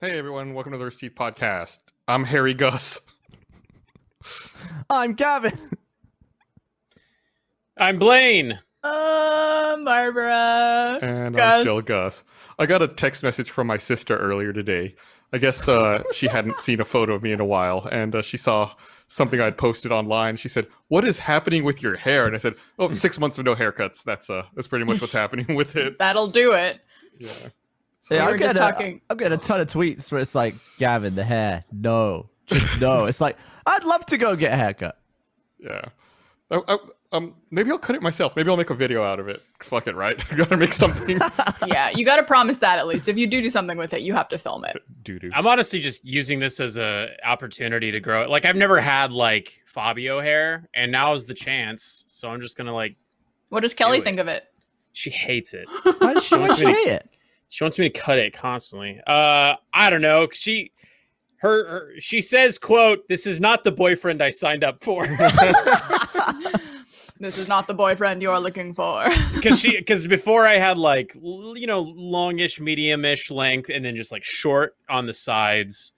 Hey everyone, welcome to the Rooster Teeth Podcast. I'm Harry Gus. I'm Gavin. I'm Blaine. Um, Barbara. And I'm Gus. still Gus. I got a text message from my sister earlier today. I guess uh, she hadn't seen a photo of me in a while, and uh, she saw something I'd posted online. She said, "What is happening with your hair?" And I said, Hmm. "Oh, six months of no haircuts. That's uh, that's pretty much what's happening with it." That'll do it. Yeah. We Yeah, were I'm just getting, talking- A, I'm getting a ton of tweets where it's like, Gavin, the hair, no, just no. It's like, I'd love to go get a haircut. Yeah. I, I, um, maybe I'll cut it myself. Maybe I'll make a video out of it. Fuck it, right? Gotta make something. Yeah, you got to promise that at least. If you do do something with it, you have to film it. Doo doo. I'm honestly just using this as a opportunity to grow it. Like I've never had like Fabio hair, and now's the chance. So I'm just gonna like. What does Kelly Do it. think of it? She hates it. Why did she Wants why did she me to- hate it? She wants me to cut it constantly. Uh, I don't know. She, her, her she says, "quote This is not the boyfriend I signed up for." This is not the boyfriend you're looking for. because she because before I had like l- you know longish, medium-ish length, and then just like short on the sides,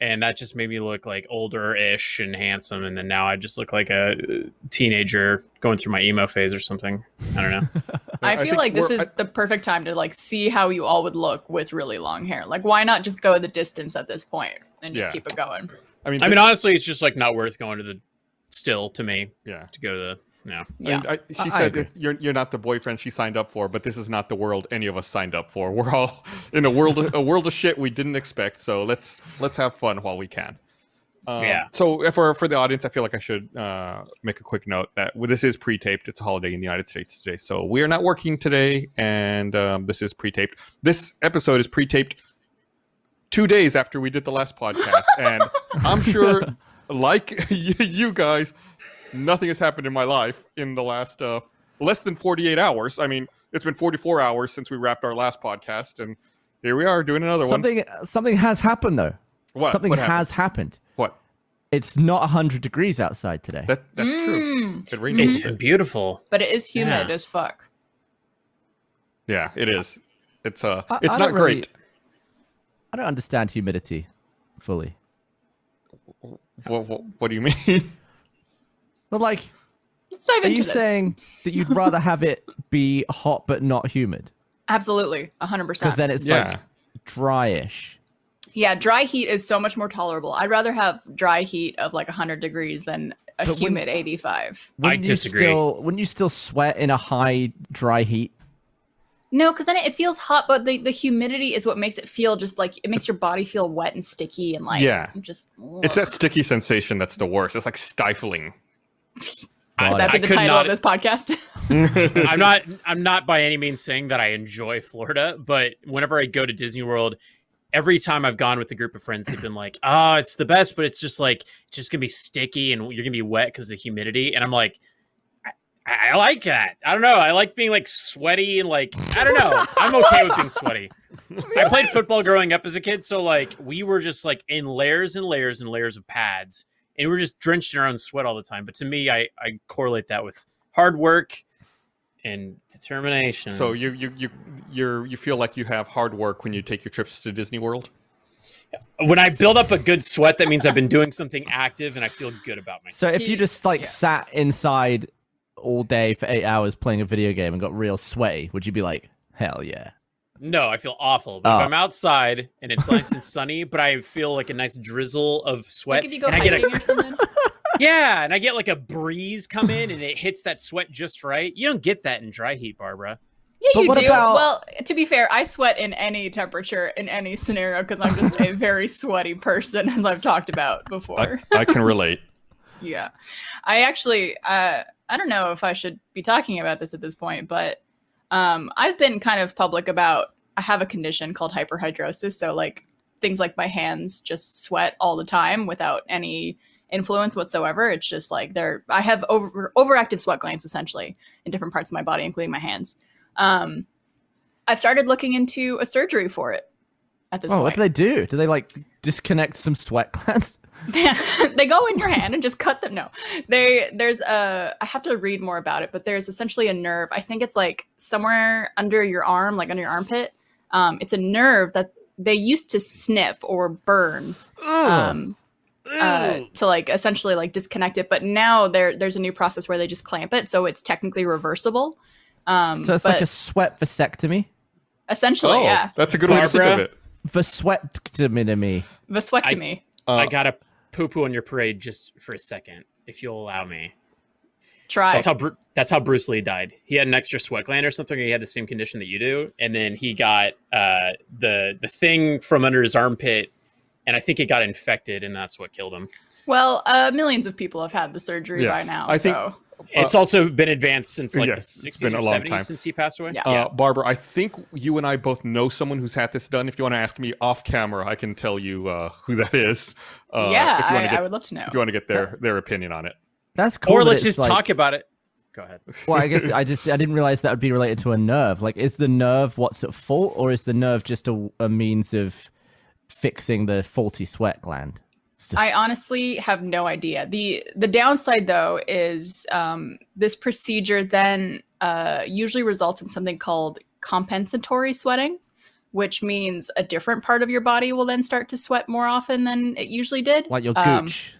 and that just made me look like older-ish and handsome. And then now I just look like a uh, teenager going through my emo phase or something. I don't know. I feel think like this we're- is I- the perfect time to like see how you all would look with really long hair. Like, why not just go the distance at this point and just Yeah. keep it going? I mean, I thi- mean, honestly, it's just like not worth going to the still to me yeah. to go to the no. Yeah. And I, she I- I said, agree. "You're you're not the boyfriend she signed up for, but this is not the world any of us signed up for. We're all in a world of, a world of shit we didn't expect. So let's let's have fun while we can." Um, Yeah. So for for the audience, I feel like I should uh, make a quick note that well, this is pre-taped. It's a holiday in the United States today, so we are not working today, and um, this is pre-taped. This episode is pre-taped two days after we did the last podcast, and I'm sure, like you you guys, nothing has happened in my life in the last uh, less than 48 hours. I mean, it's been 44 hours since we wrapped our last podcast, and here we are doing another Something, something has happened, though. one. What? Something What happened? has happened. What? It's not 100 degrees outside today. That, that's true. Mm, It rained a It's little been bit. beautiful. But it is humid Yeah. as fuck. Yeah, it is. It's uh, I- it's I not don't really- great. I don't understand humidity fully. What, what, what do you mean? But, like, Let's dive are into you this. saying that you'd rather have it be hot but not humid? Absolutely, hundred Because percent. then it's yeah, like dryish. yeah, dry heat is so much more tolerable. I'd rather have dry heat of like hundred degrees than a But when- humid eighty-five. I you disagree. still- wouldn't you still sweat in a high, dry heat? No, because then it feels hot, but the, the humidity is what makes it feel just like it makes your body feel wet and sticky and like Yeah. I'm just it's ugh. that sticky sensation that's the worst. It's like stifling. I, Would That'd I be the could title not. of this podcast. I'm not. I'm not by any means saying that I enjoy Florida, but whenever I go to Disney World, every time I've gone with a group of friends, they've been like, "Ah, it's the best," but it's just like it's just gonna be sticky and you're gonna be wet because of the humidity. And I'm like, I, I like that. I don't know. I like being like sweaty and like I don't know. I'm okay with being sweaty. I played football growing up as a kid, so like we were just like in layers and layers and layers of pads, and we were just drenched in our own sweat all the time. But to me, I I correlate that with hard work and determination. so you you you you're you feel like you have hard work when you take your trips to Disney World. when I build up a good sweat, that means I've been doing something active and I feel good about myself. So if you Heat, just like yeah. sat inside all day for eight hours playing a video game and got real sweaty, would you be like, hell yeah? No, I feel awful. But Oh. if I'm outside and it's nice and sunny, but I feel like a nice drizzle of sweat. like if you go and I get hiking a, or something. yeah, and I get like a breeze come in and it hits that sweat just right. You don't get that in dry heat, Barbara. Yeah, But you what do. about- Well, to be fair, I sweat in any temperature in any scenario because I'm just a very sweaty person, as I've talked about I, Uh, before. I can relate. yeah, I actually, uh, I don't know if I should be talking about this at this point, but um, I've been kind of public about I have a condition called hyperhidrosis, so like things like my hands just sweat all the time without any influence whatsoever. It's just like they're I have over overactive sweat glands essentially in different parts of my body, including my hands. Um, I've started looking into a surgery for it at this oh, what point. do they do? Do they like disconnect some sweat glands? they go in your hand and just cut them. No, they there's a. I have to read more about it, but there's essentially a nerve. I think it's like somewhere under your arm, like under your armpit. Um, it's a nerve that they used to snip or burn Oh. um, uh, to like essentially like disconnect it. But now there there's a new process where they just clamp it, so it's technically reversible. Um, so it's like but a sweat vasectomy. essentially, Oh. yeah, that's a good way to think of Barbara? it. Vasectomy. vasectomy. Uh, I gotta poo poo on your parade just for a second, if you'll allow me. Try. That's how Bru- that's how Bruce Lee died. He had an extra sweat gland or something, or he had the same condition that you do, and then he got uh, the the thing from under his armpit, and I think it got infected, and that's what killed him. well, uh, millions of people have had the surgery Yeah. by now. I think- uh, so it's also been advanced since like yeah, the it's sixties been or a long seventies time. since he passed away. Yeah. Uh, Barbara, I think you and I both know someone who's had this done. If you want to ask me off camera, I can tell you uh, who that is. Uh, yeah, if you I, want to I get, would love to know. if you want to get their their opinion on it. That's cool. Or that let's it's just like- talk about it. Go ahead. Well, I guess I just I didn't realize that would be related to a nerve. Like, is the nerve what's at fault, or is the nerve just a, a means of fixing the faulty sweat gland? I honestly have no idea. the The downside, though, is um, this procedure then uh, usually results in something called compensatory sweating, which means a different part of your body will then start to sweat more often than it usually did. Like your Um, gooch.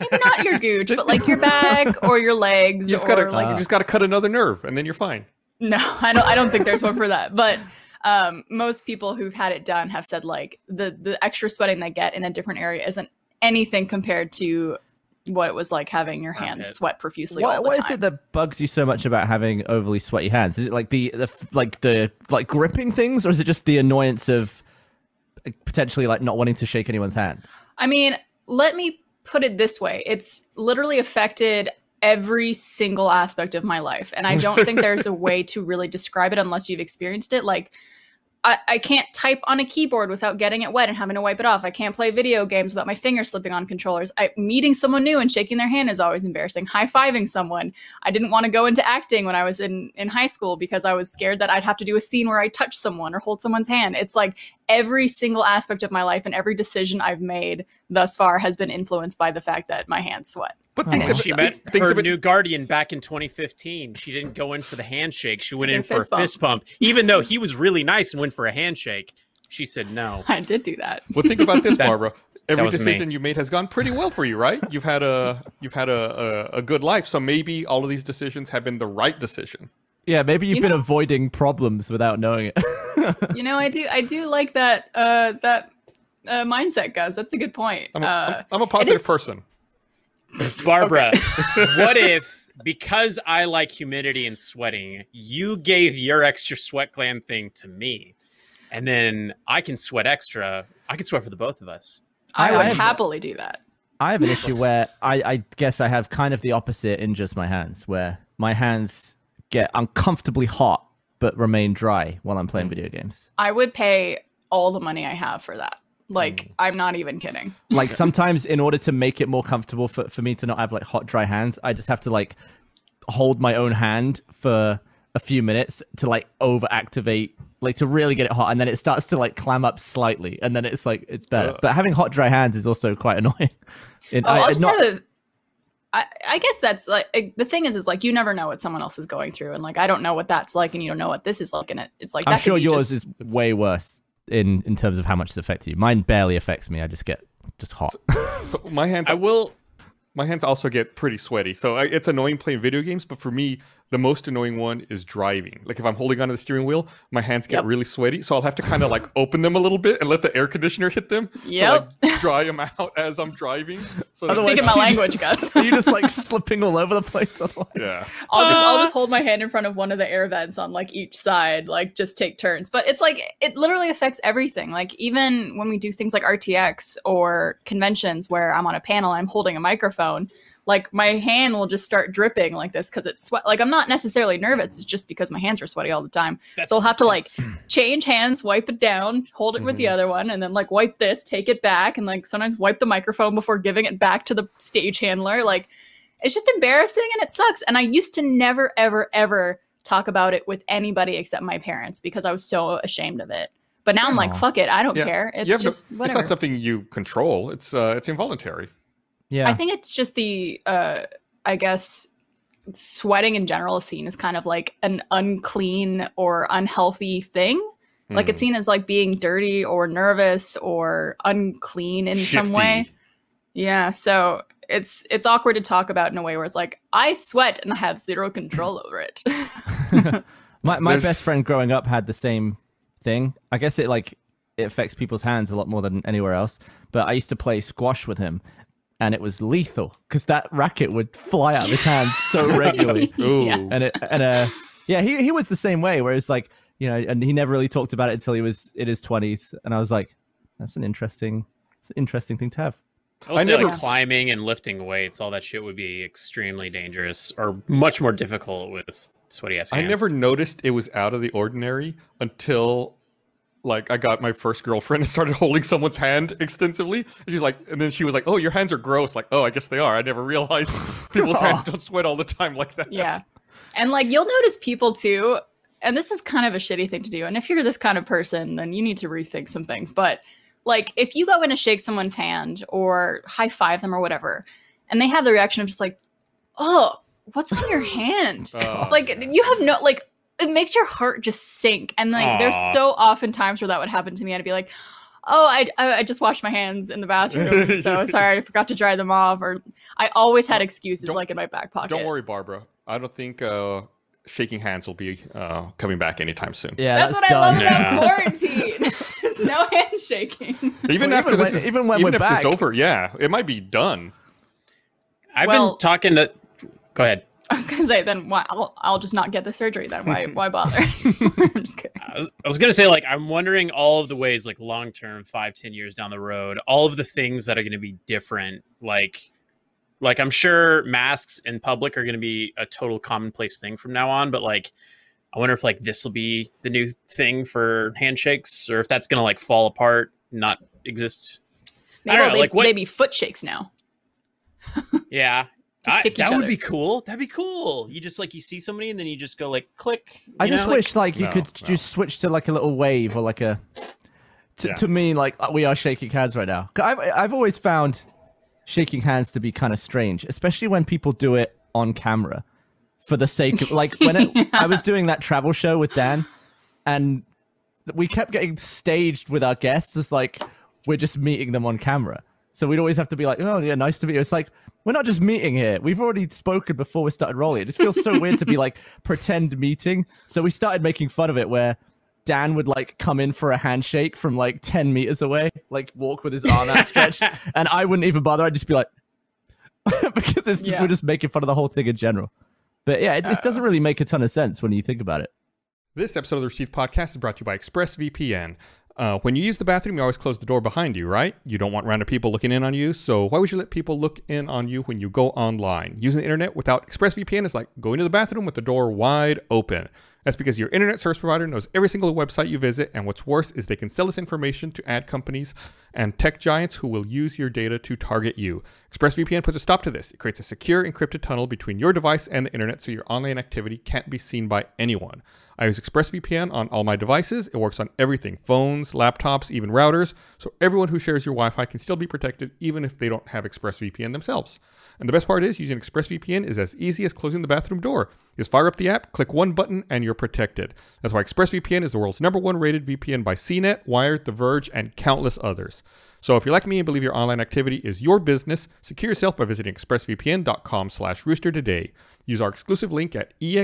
maybe not your gooch, but like your back or your legs. You just or gotta like you just gotta cut another nerve, and then you're fine. no, I don't. I don't think there's one for that. But um, most people who've had it done have said like the the extra sweating they get in a different area isn't anything compared to what it was like having your hands Okay. sweat profusely. all What, the what is time. it that bugs you so much about having overly sweaty hands? Is it like the, the f- like the like gripping things, or is it just the annoyance of uh, potentially like not wanting to shake anyone's hand? I mean, let me put it this way: it's literally affected every single aspect of my life, and I don't think there's a way to really describe it unless you've experienced it. Like. I, I can't type on a keyboard without getting it wet and having to wipe it off. I can't play video games without my fingers slipping on controllers. I, meeting someone new and shaking their hand is always embarrassing. High fiving someone. I didn't want to go into acting when I was in, in high school because I was scared that I'd have to do a scene where I touch someone or hold someone's hand. It's like every single aspect of my life and every decision I've made thus far has been influenced by the fact that my hands sweat. But Oh. thinks of She it, met thinks her of it- new guardian back in 2015. She didn't go in for the handshake. She went Did in a for a fist bump. fist pump, even though he was really nice and went for a handshake. She said no. I did do that. Well, think about this, That- Barbara. Every was me. decision you made has gone pretty well for you, right? You've had a you've had a, a, a good life, so maybe all of these decisions have been the right decision. Yeah, maybe you've You been avoiding problems without knowing it. you know, I do I do like that uh that uh, mindset, guys. That's a good point. I'm a, uh, I'm, I'm a positive is- person. Barbara, what if because I like humidity and sweating, you gave your extra sweat gland thing to me, and then I can sweat extra. I can sweat for the both of us. I I- would I have- happily do that. I have an issue where I, I guess I have kind of the opposite in just my hands, where my hands get uncomfortably hot but remain dry while I'm playing video games. I would pay all the money I have for that. Like, Mm. I'm not even kidding. Like sometimes, in order to make it more comfortable for, for me to not have like hot, dry hands, I just have to like hold my own hand for a few minutes to like overactivate, like to really get it hot. And then it starts to like clam up slightly. And then it's like, it's better. Uh. but having hot, dry hands is also quite annoying. And Oh, I, I- will I'm just not- have a. I, I guess that's like I- the thing is is like you never know what someone else is going through and like I don't know what that's like and you don't know what this is like and it, it's like I'm that could sure be yours just- is way worse in in terms of how much it's affected you. Mine barely affects me. I just get just hot. So my hands I will. my hands also get pretty sweaty. So I, it's annoying playing video games, but for me, the most annoying one is driving. Like if I'm holding onto the steering wheel, my hands get Yep. really sweaty, so I'll have to kind of like open them a little bit and let the air conditioner hit them Yep. to like dry them out as I'm driving. So You're that's- speaking my Otherwise, you language, just- Gus. You're just like slipping all over the place. Otherwise. yeah. I'll just I'll Ah. just hold my hand in front of one of the air vents on like each side, like just take turns. But it's like it literally affects everything. Like even when we do things like RTX or conventions where I'm on a panel and I'm holding a microphone, like my hand will just start dripping like this because it's sweat. Like I'm not necessarily nervous. It's just because my hands are sweaty all the time. That's, So I'll have to like change hands, wipe it down, hold it with Mm-hmm. the other one, and then like wipe this, take it back, and like sometimes wipe the microphone before giving it back to the stage handler. Like it's just embarrassing and it sucks. And I used to never, ever, ever talk about it with anybody except my parents because I was so ashamed of it. But now I'm like, Aw. fuck it, I don't Yeah. care. You It's have no- just whatever. It's not something you control. It's uh, it's involuntary. Yeah. I think it's just the uh I guess sweating in general is seen as kind of like an unclean or unhealthy thing. Like it's seen as like being dirty or nervous or unclean Hmm. in some way. Yeah, so it's it's awkward to talk about in a way where it's like I sweat and I have zero control over it. my my There's- best friend growing up had the same thing. I guess it like it affects people's hands a lot more than anywhere else. But I used to play squash with him, and it was lethal because that racket would fly out of his hands so regularly. Ooh. Yeah. and it, and uh, yeah, he he was the same way. Where it's like you know, and he never really talked about it until he was in his twenties, and I was like, that's an interesting, that's an interesting thing to have. Also, never- like climbing and lifting weights, all that shit would be extremely dangerous or much more difficult with sweaty ass I hands. never noticed it was out of the ordinary until like I got my first girlfriend and started holding someone's hand extensively. And she's like, and then she was like, "Oh, your hands are gross." Like, "Oh, I guess they are." I never realized people's hands don't sweat all the time like that. yeah. And like you'll notice people too, and this is kind of a shitty thing to do. And if you're this kind of person, then you need to rethink some things. But like if you go in to shake someone's hand or high five them or whatever, and they have the reaction of just like, oh, what's on your hand? Oh, like man. you have no like it makes your heart just sink and like there's Aw. so often times where that would happen to me i'd be like oh i i, I just washed my hands in the bathroom so sorry i forgot to dry them off or i always had excuses Don't- like in my back pocket Don't worry, Barbara. I don't think uh, shaking hands will be uh, coming back anytime soon. Yeah, that's, what done. i love Yeah. about quarantine there's no handshaking Even Well, after even this, when- is, even when we're after it's back- over, yeah, it might be done. I've Well- been talking to. Go ahead. i was gonna say then why i'll, I'll just not get the surgery then why why bother i'm just kidding I was, I was gonna say like I'm wondering all of the ways like long term, five, ten years down the road, all of the things that are gonna be different. Like, like I'm sure masks in public are gonna be a total commonplace thing from now on. But like, I wonder if like this will be the new thing for handshakes, or if that's gonna like fall apart, not exist. I maybe, don't I'll know, be- like, what- maybe foot shakes now Yeah. Just I- kick that each would other. be cool. That'd be cool. You just like you see somebody and then you just go like click. I you just know, like- wish like you No, could no. just switch to like a little wave or like a. To, Yeah. to me, like uh, we are shaking hands right now. 'Cause I've I've always found shaking hands to be kind of strange, especially when people do it on camera, for the sake of like when it, I was doing that travel show with Dan, and we kept getting staged with our guests as like we're just meeting them on camera. So we'd always have to be like, oh yeah, nice to meet you. It's like we're not just meeting here. We've already spoken before we started rolling. It just feels so weird to be like pretend meeting. So we started making fun of it where Dan would like come in for a handshake from like ten meters away, like walk with his arm outstretched, and I wouldn't even bother. I'd just be like, because it's just, Yeah. we're just making fun of the whole thing in general. But yeah, it, it doesn't really make a ton of sense when you think about it. This episode of the Received Podcast is brought to you by ExpressVPN. Uh, when you use the bathroom, you always close the door behind you, right? You don't want random people looking in on you, so why would you let people look in on you when you go online? Using the internet without ExpressVPN is like going to the bathroom with the door wide open. That's because your internet service provider knows every single website you visit, and what's worse is they can sell this information to ad companies and tech giants who will use your data to target you. ExpressVPN puts a stop to this. It creates a secure encrypted tunnel between your device and the internet so your online activity can't be seen by anyone. I use ExpressVPN on all my devices. It works on everything phones, laptops, even routers. So everyone who shares your Wi Fi can still be protected even if they don't have ExpressVPN themselves. And the best part is, using ExpressVPN is as easy as closing the bathroom door. Just fire up the app, click one button, and you're protected. That's why ExpressVPN is the world's number one rated VPN by CNET, Wired, The Verge, and countless others. So if you're like me and believe your online activity is your business, secure yourself by visiting expressvpn.com slash rooster today. Use our exclusive link at E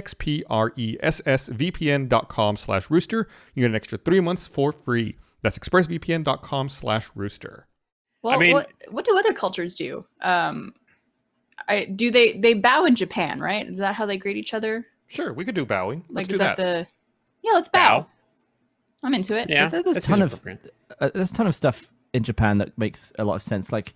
expressvpn.com slash rooster. You get an extra three months for free. That's expressvpn.com slash rooster. Well, mean- what, what do other cultures do? Um, I do they they bow in Japan, right? Is that how they greet each other? Sure, we could do bowing. Let's Like, do is that. that, the? Yeah, let's bow. Bow. I'm into it. yeah, There- there's a that ton seems of- appropriate. uh, there's a ton of stuff in Japan that makes a lot of sense. Like,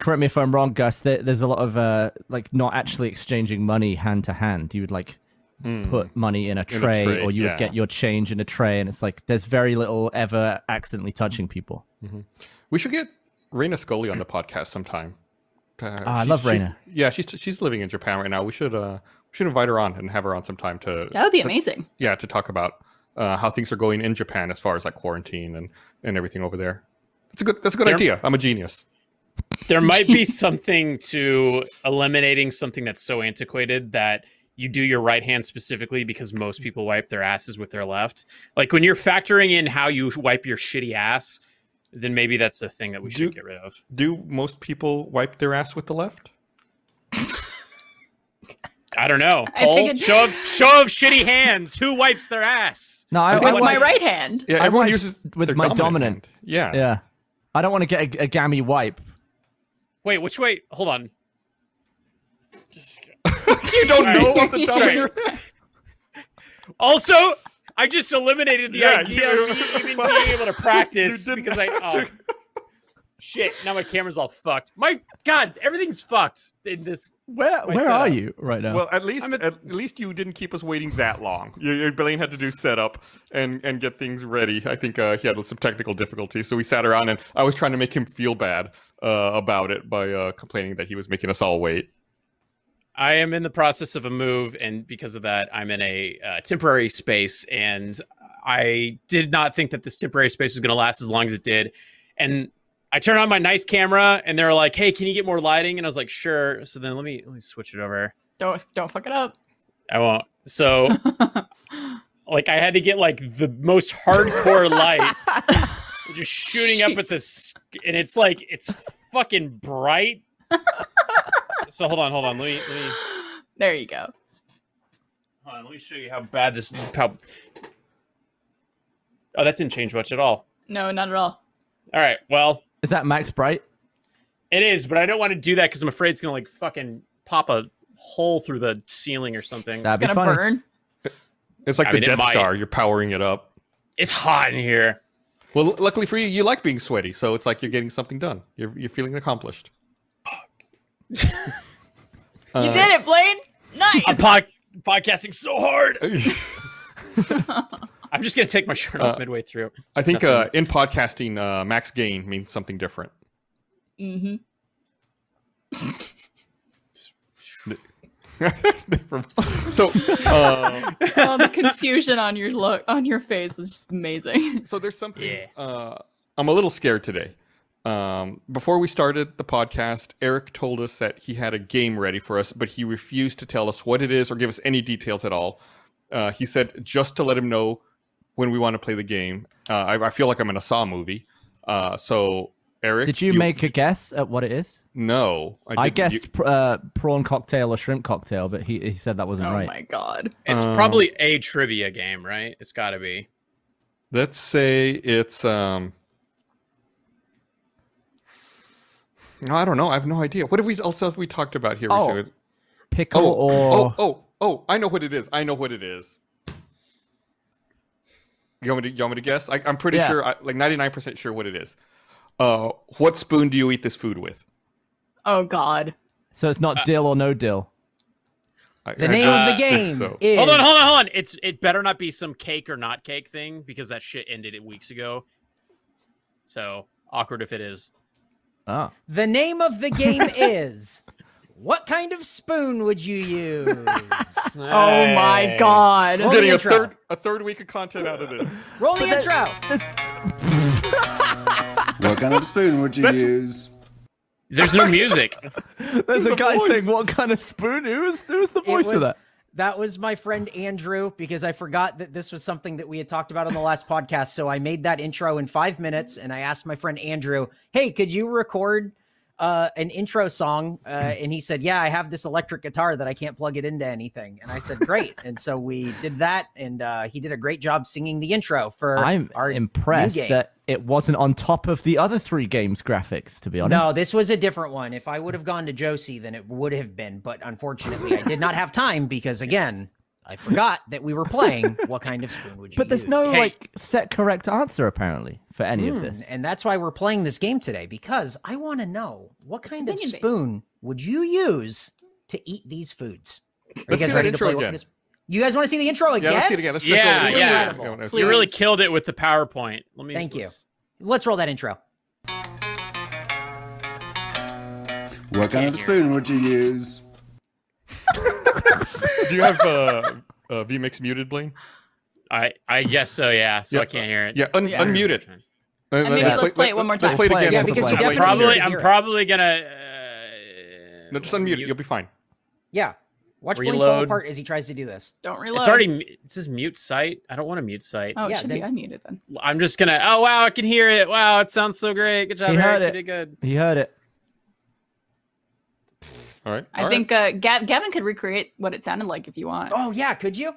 correct me if I'm wrong, Gus. There, there's a lot of uh, like not actually exchanging money hand to hand. You would like Hmm. put money in a a tray, tray, or you yeah. would get your change in a tray, and it's like there's very little ever accidentally touching people. We should get Raina Scully on the podcast sometime. Uh, Ah, I she's- love she's- Raina. Yeah, she's she's living in Japan right now. We should uh we should invite her on and have her on sometime to That would be to- amazing. yeah to talk about uh, how things are going in Japan as far as like quarantine and and everything over there. That's a good that's a good There- idea. I'm a genius. there might be something to eliminating something that's so antiquated that you do your right hand specifically because Mm. most people wipe their asses with their left. Like when you're factoring in how you wipe your shitty ass, then maybe that's a thing that we should Do- get rid of. Do most people wipe their ass with the left? I don't know. I Poll, think it- show of show of shitty hands. Who wipes their ass? No, I, Okay, I with what- my like- right hand. Yeah, I everyone wipe uses with their my dominant. hand. Yeah. Yeah, I don't want to get a, a gammy wipe. Wait, which way? Hold on. You don't Right. know off the top of Right. your Also, I just eliminated the Yeah, idea you- of me even well, being able to practice you didn't because I. Oh, have to. shit! Now my camera's all fucked. My God, everything's fucked in this. Where My where are setup. you right now? Well, at least I'm at, a- least you didn't keep us waiting that long. Your, your Blaine had to do setup and and get things ready. I think uh, he had some technical difficulties, so we sat around and I was trying to make him feel bad uh, about it by uh, complaining that he was making us all wait. I am in the process of a move, and because of that, I'm in a uh, temporary space. And I did not think that this temporary space was going to last as long as it did. And I turn on my nice camera, and they're like, "Hey, can you get more lighting?" And I was like, "Sure." So then let me let me switch it over. Don't don't fuck it up. I won't. So like I had to get like the most hardcore light, just shooting up at Jeez. this, and it's like it's fucking bright. so hold on, hold on, let me let me there you go. hold on, let me show you how bad this. How... Oh, that didn't change much at all. No, not at all. All right, well Is that Max Bright? it is, but I don't want to do that because I'm afraid it's gonna like fucking pop a hole through the ceiling or something. That'd It's be gonna funny. burn. It's like I the mean, it Death might. Star. You're powering it up. It's hot in here. Well, l- luckily for you, you like being sweaty, so it's like you're getting something done. You're you're feeling accomplished. Uh, you did it, Blaine. Nice. I'm pod- podcasting so hard. it. I'm just gonna take my shirt off Uh, midway through. I think uh, in podcasting, uh, max gain means something different. hmm Never mind. so, uh, oh, the confusion on your look on your face was just amazing. so there's something. Yeah. Uh, I'm a little scared today. Um, before we started the podcast, Eric told us that he had a game ready for us, but he refused to tell us what it is or give us any details at all. Uh, he said just to let him know when we want to play the game. Uh, I, I feel like I'm in a Saw movie. Uh, so, Eric, Did you do make a guess at what it is? No, I didn't. You- guessed pr uh, prawn cocktail or shrimp cocktail, but he, he said that wasn't oh right. my god. It's Um, probably a trivia game, right? It's got to be. Let's say it's um No, I don't know. I have no idea. What have we else have we talked about here Oh, recently? Pickle or oh, oh, oh, I know what it is. I know what it is. You want me to, you want me to guess? I, I'm pretty Yeah. sure, I, like 99% sure what it is. Uh, what spoon do you eat this food with? Oh god. so it's not dill or no dill. I- The I- name I of Uh, the game so- is. Hold on, hold on, hold on. It's it better not be some cake or not cake thing because that shit ended it weeks ago. So awkward if it is. Oh. The name of the game is. What kind of spoon would you use? Oh my I'm Well- god. getting a intro. third, a third week of content out of this. Roll the intro. What kind of spoon would you use? There's no music. There's a the guy voice? saying, "What kind of spoon?" Who was, who was the It voice of was- that? that was my friend Andrew because I forgot that this was something that we had talked about on the last podcast. So I made that intro in five minutes, and I asked my friend Andrew, "Hey, could you record uh, an intro song?" Uh, and he said, "Yeah, I have this electric guitar that I can't plug it into anything." And I said, "Great!" and so we did that, and uh, he did a great job singing the intro for I'm our new impressed game. that it wasn't on top of the other three games' graphics. To be honest, No, this was a different one. If I would have gone to Josie, then it would have been. But unfortunately, I did not have time because, again, I forgot that we were playing. What kind of spoon would you but there's use? no Hey. like set correct answer apparently for any of this. And that's why we're playing this game today because I want to know what kind of opinion-based. spoon would you use to eat these foods? Are Let's hear that intro what again. kind of sp- You guys want to see the intro Yeah, again? let's see it again. Let's let's Yeah, roll it yeah. again. Incredible. let's- You really Please. killed it with the PowerPoint. Let me. Thank you. let's- Let's roll that intro. What kind of hear spoon would you use? Do you have uh, uh, VMix muted, Blaine? I I guess so. Yeah. So Yeah, I can't hear it. Yeah, un- Yeah. unmute it. Uh, And maybe let's let's play- play it one more Let's play it time. again. Yeah, so we because can you play it I'm again. probably definitely hear I'm it. probably gonna. Uh, No, just unmute. mute. You'll be fine. Yeah. Watch Blink fall Reload. apart as he tries to do this. Don't reload. It's already. mu- It says mute site. I don't want to mute site. Oh, Yeah, it should be then- unmuted then. I'm just gonna. Oh wow, I can hear it. Wow, it sounds so great. Good job, He heard Eric. it. You did good. He heard it. All right. I all right. think uh, Gav- Gavin could recreate what it sounded like if you want. Oh yeah, could you?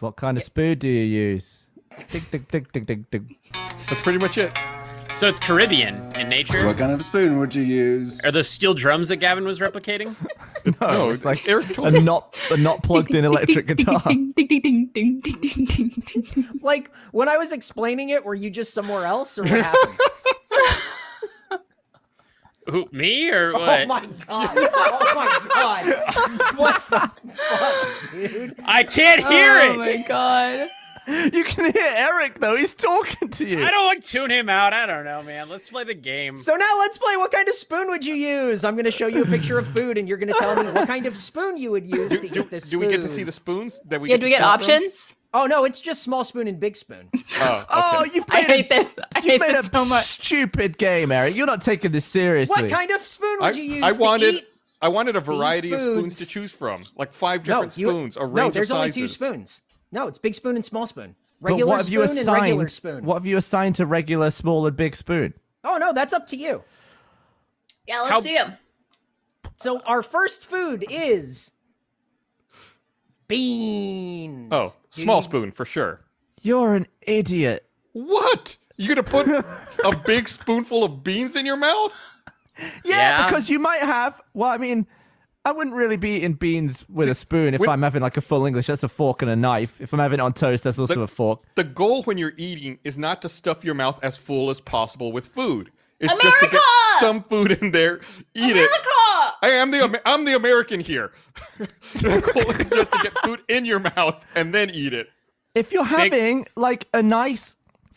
What kind of spoon do you use? Dig, dig, dig, dig, dig, dig. that's pretty much it. So it's Caribbean in nature. What kind of spoon would you use? Are those steel drums that Gavin was replicating? No, it's like Eric a told me. not a not plugged in electric guitar. Ding, ding, ding, ding, ding, ding, ding, ding, ding, ding. Like when I was explaining it, were you just somewhere else or what happened? Who, me or what? oh my god! Oh my god! What the fuck, dude? I can't hear oh it. my god. you can hear Eric though. He's talking to you. I don't want to tune him out. I don't know, man. Let's play the game. So now let's play. What kind of spoon would you use? I'm going to show you a picture of food, and you're going to tell me what kind of spoon you would use to Do, eat this. do we get to see food. the spoons? That we Yeah, do we to get choose from? options? Oh no, it's just small spoon and big spoon. Oh, Oh, okay. you've I made hate a, this. I you hate made a this so much. stupid game, Eric. You're not taking this seriously. What kind of spoon I, would Oh, you use? I to wanted eat- I wanted a variety of spoons to foods? choose from, like five No, different you- spoons, a range No, of there's only two sizes. spoons. No, it's big spoon and small spoon. But Regular what have spoon you assigned? and regular spoon. What have you assigned to regular, small, and big spoon? Oh no, that's up to you. Yeah, let's How- see him. So our first food is beans. Oh, Do small you- spoon for sure. You're an idiot. What? You're gonna put a big spoonful of beans in your mouth? Yeah, Yeah. because you might have. Well, I mean, I wouldn't really be eating beans with a spoon if with- I'm having like a full English. That's a fork and a knife. If I'm having it on toast, that's also The- a fork. The goal when you're eating is not to stuff your mouth as full as possible with food. It's just to get America! some food in there, eat it. I am the Am- I'm the American here. the goal is just to get food in your mouth and then eat it. If you're having like a nice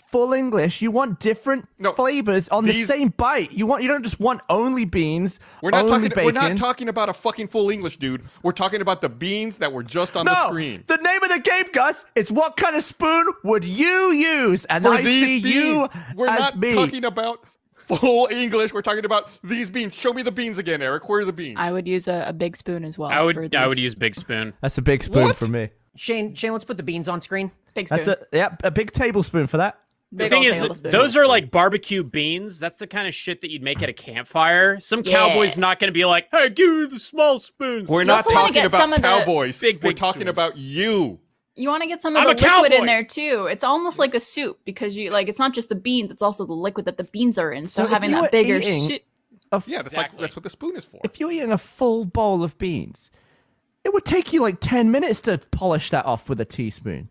full English, you want different No, flavors on the these- same bite. You want you don't just want only beans. We're not only talking. We're bacon. not talking about a fucking full English, dude. We're talking about the beans that were just on no, the screen. the name of the game, Gus, is what kind of spoon would you use? And For I these see beans, you we're as not me. talking about full English. We're talking about these beans. Show me the beans again, Eric. Where are the beans? I would use a, a big spoon as well. I for would. I these. would use Big Spoon. That's a big spoon What? for me. Shane, Shane, let's put the beans on screen. big spoon. That's a yeah, a big tablespoon for that. The big thing old is, tablespoon. those are like barbecue beans. That's the kind of shit that you'd make at a campfire. Some Yeah. cowboy's not going to be like, "Hey, give me the small spoons." We're You not also wanna talking get about some of the- cowboys. Big, we're big talking spoons. about you. you want to get some of I'm the a liquid in cowboy. there too. It's almost like a soup because you like it's not just the beans; it's also the liquid that the beans are in. So, So if having you were that bigger eating- soup. A Yeah, that's like Exactly. that's what the spoon is for. if you're eating a full bowl of beans, it would take you like 10 minutes to polish that off with a teaspoon.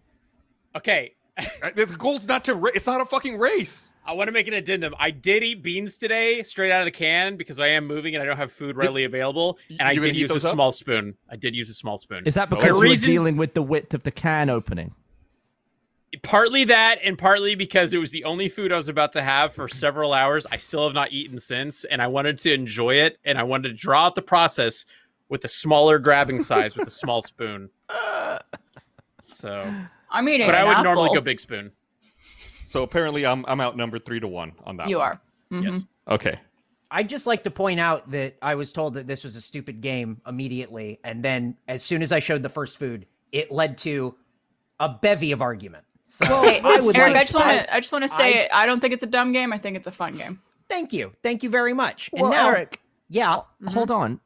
Okay, Uh, The goal's not to. Ra- it's not a fucking race. I want to make an addendum. I did eat beans today, straight out of the can, because I am moving and I don't have food readily available. And I you gonna did eat use a those up? small spoon. I did use a small spoon. Is that because we're reason- dealing with the width of the can opening? partly that, and partly because it was the only food I was about to have for several hours. I still have not eaten since, and I wanted to enjoy it, and I wanted to draw out the process with a smaller grabbing size with a small spoon. So, I'm eating. but I an would apple. normally go big spoon. So apparently, I'm I'm outnumbered three to one on that. You one. are. Mhm. Yes. okay. I'd just like to point out that I was told that this was a stupid game immediately, and then as soon as I showed the first food, it led to a bevy of argument. So Hey, I would Eric, I like just want I- to. I just want to say, I, don't think it's a dumb game. I think it's a fun game. thank you, thank you very much. And Well, now, Eric, yeah, hold on.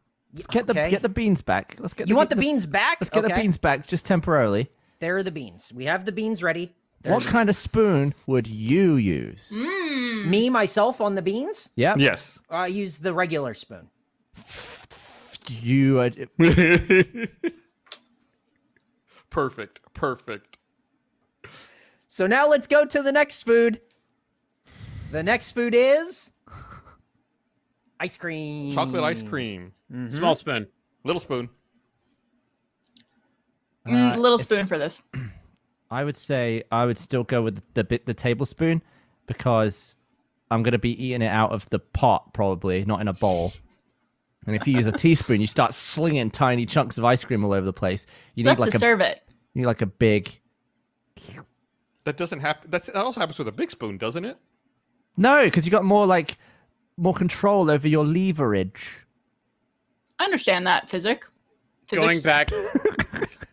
Get the okay. get the beans back. Let's get you the, want get the beans back? Let's get Okay, the beans back just temporarily. There are the beans. We have the beans ready. What kind of spoon would you use? Hmm? Me myself on the beans. Yeah, Yes. I use the regular spoon. you. Uh, Perfect. Perfect. So now let's go to the next food. The next food is ice cream. Chocolate ice Mm. cream. Small spoon. Little spoon. Uh, Mm, little spoon for this. I would say I would still go with the bit the tablespoon because I'm gonna be eating it out of the pot probably, not in a bowl. And if you use a teaspoon, you start slinging tiny chunks of ice cream all over the place. You need That's like to a serve it. you need like a big. That doesn't happen. That's that also happens with a big spoon, doesn't it? No, because you got more like more control over your leverage. I understand that physic. going back Physics-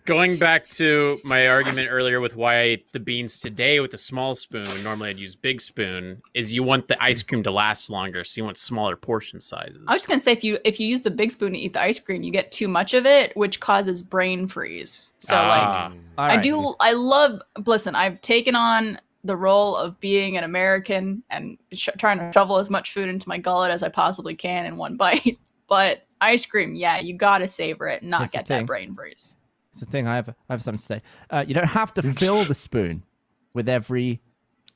going back to my argument earlier with why I ate the beans today with a small spoon normally i'd use big spoon is you want the ice cream to last longer so you want smaller portion sizes I was just gonna say if you if you use the big spoon to eat the ice cream, you get too much of it, which causes brain freeze. So like Ah, All I right. do I love listen, I've taken on the role of being an American and sh- trying to shovel as much food into my gullet as I possibly can in one bite. But ice cream, yeah, you gotta savor it, and not That's the get that thing. brain freeze. It's the thing I have. I have something to say. Uh, you don't have to fill the spoon with every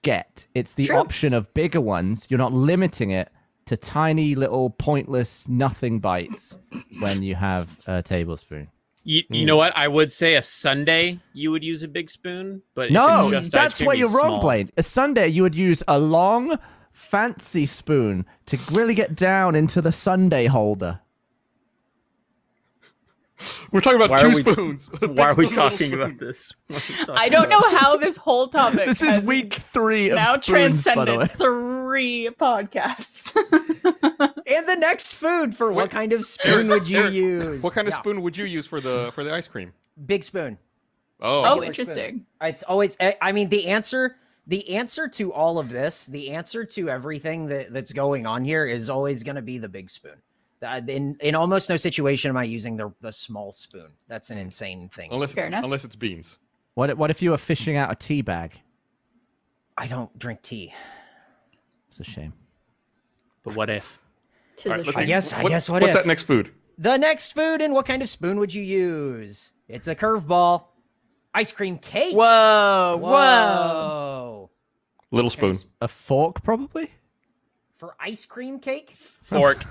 get. It's the True. option of bigger ones. You're not limiting it to tiny little pointless nothing bites when you have a tablespoon. you, you Hmm. know what i would say a sunday you would use a big spoon but if No, it's just ice that's cream, where you you're wrong, small. Blaine. A Sunday, you would use a long, fancy spoon to really get down into the Sunday holder. We're talking about Why two are we- spoons. why are we talking about this Why are we I talking don't about- know how this whole topic This is has week three of now spoons, by the way. transcended three podcasts. And the next food for what Wait, kind of spoon would you Eric, use? What kind of Yeah, spoon would you use for the for the ice cream? Big spoon. Oh, oh, Regular spoon. interesting. It's always. I I mean, the answer. The answer to all of this, the answer to everything that, that's going on here, is always going to be the big spoon. Uh, In in almost no situation am I using the the small spoon. That's an insane thing. unless Fair it's, enough. unless it's beans. What, if- what if you were fishing out a tea bag? I don't drink tea. It's a shame. but what if To All right, the let's I see. show. guess- I guess what what's if? that next food? The next food and what kind of spoon would you use? It's a curveball. Ice cream cake. Whoa, whoa. Whoa. Little spoon. A fork, probably? For ice cream cake? fork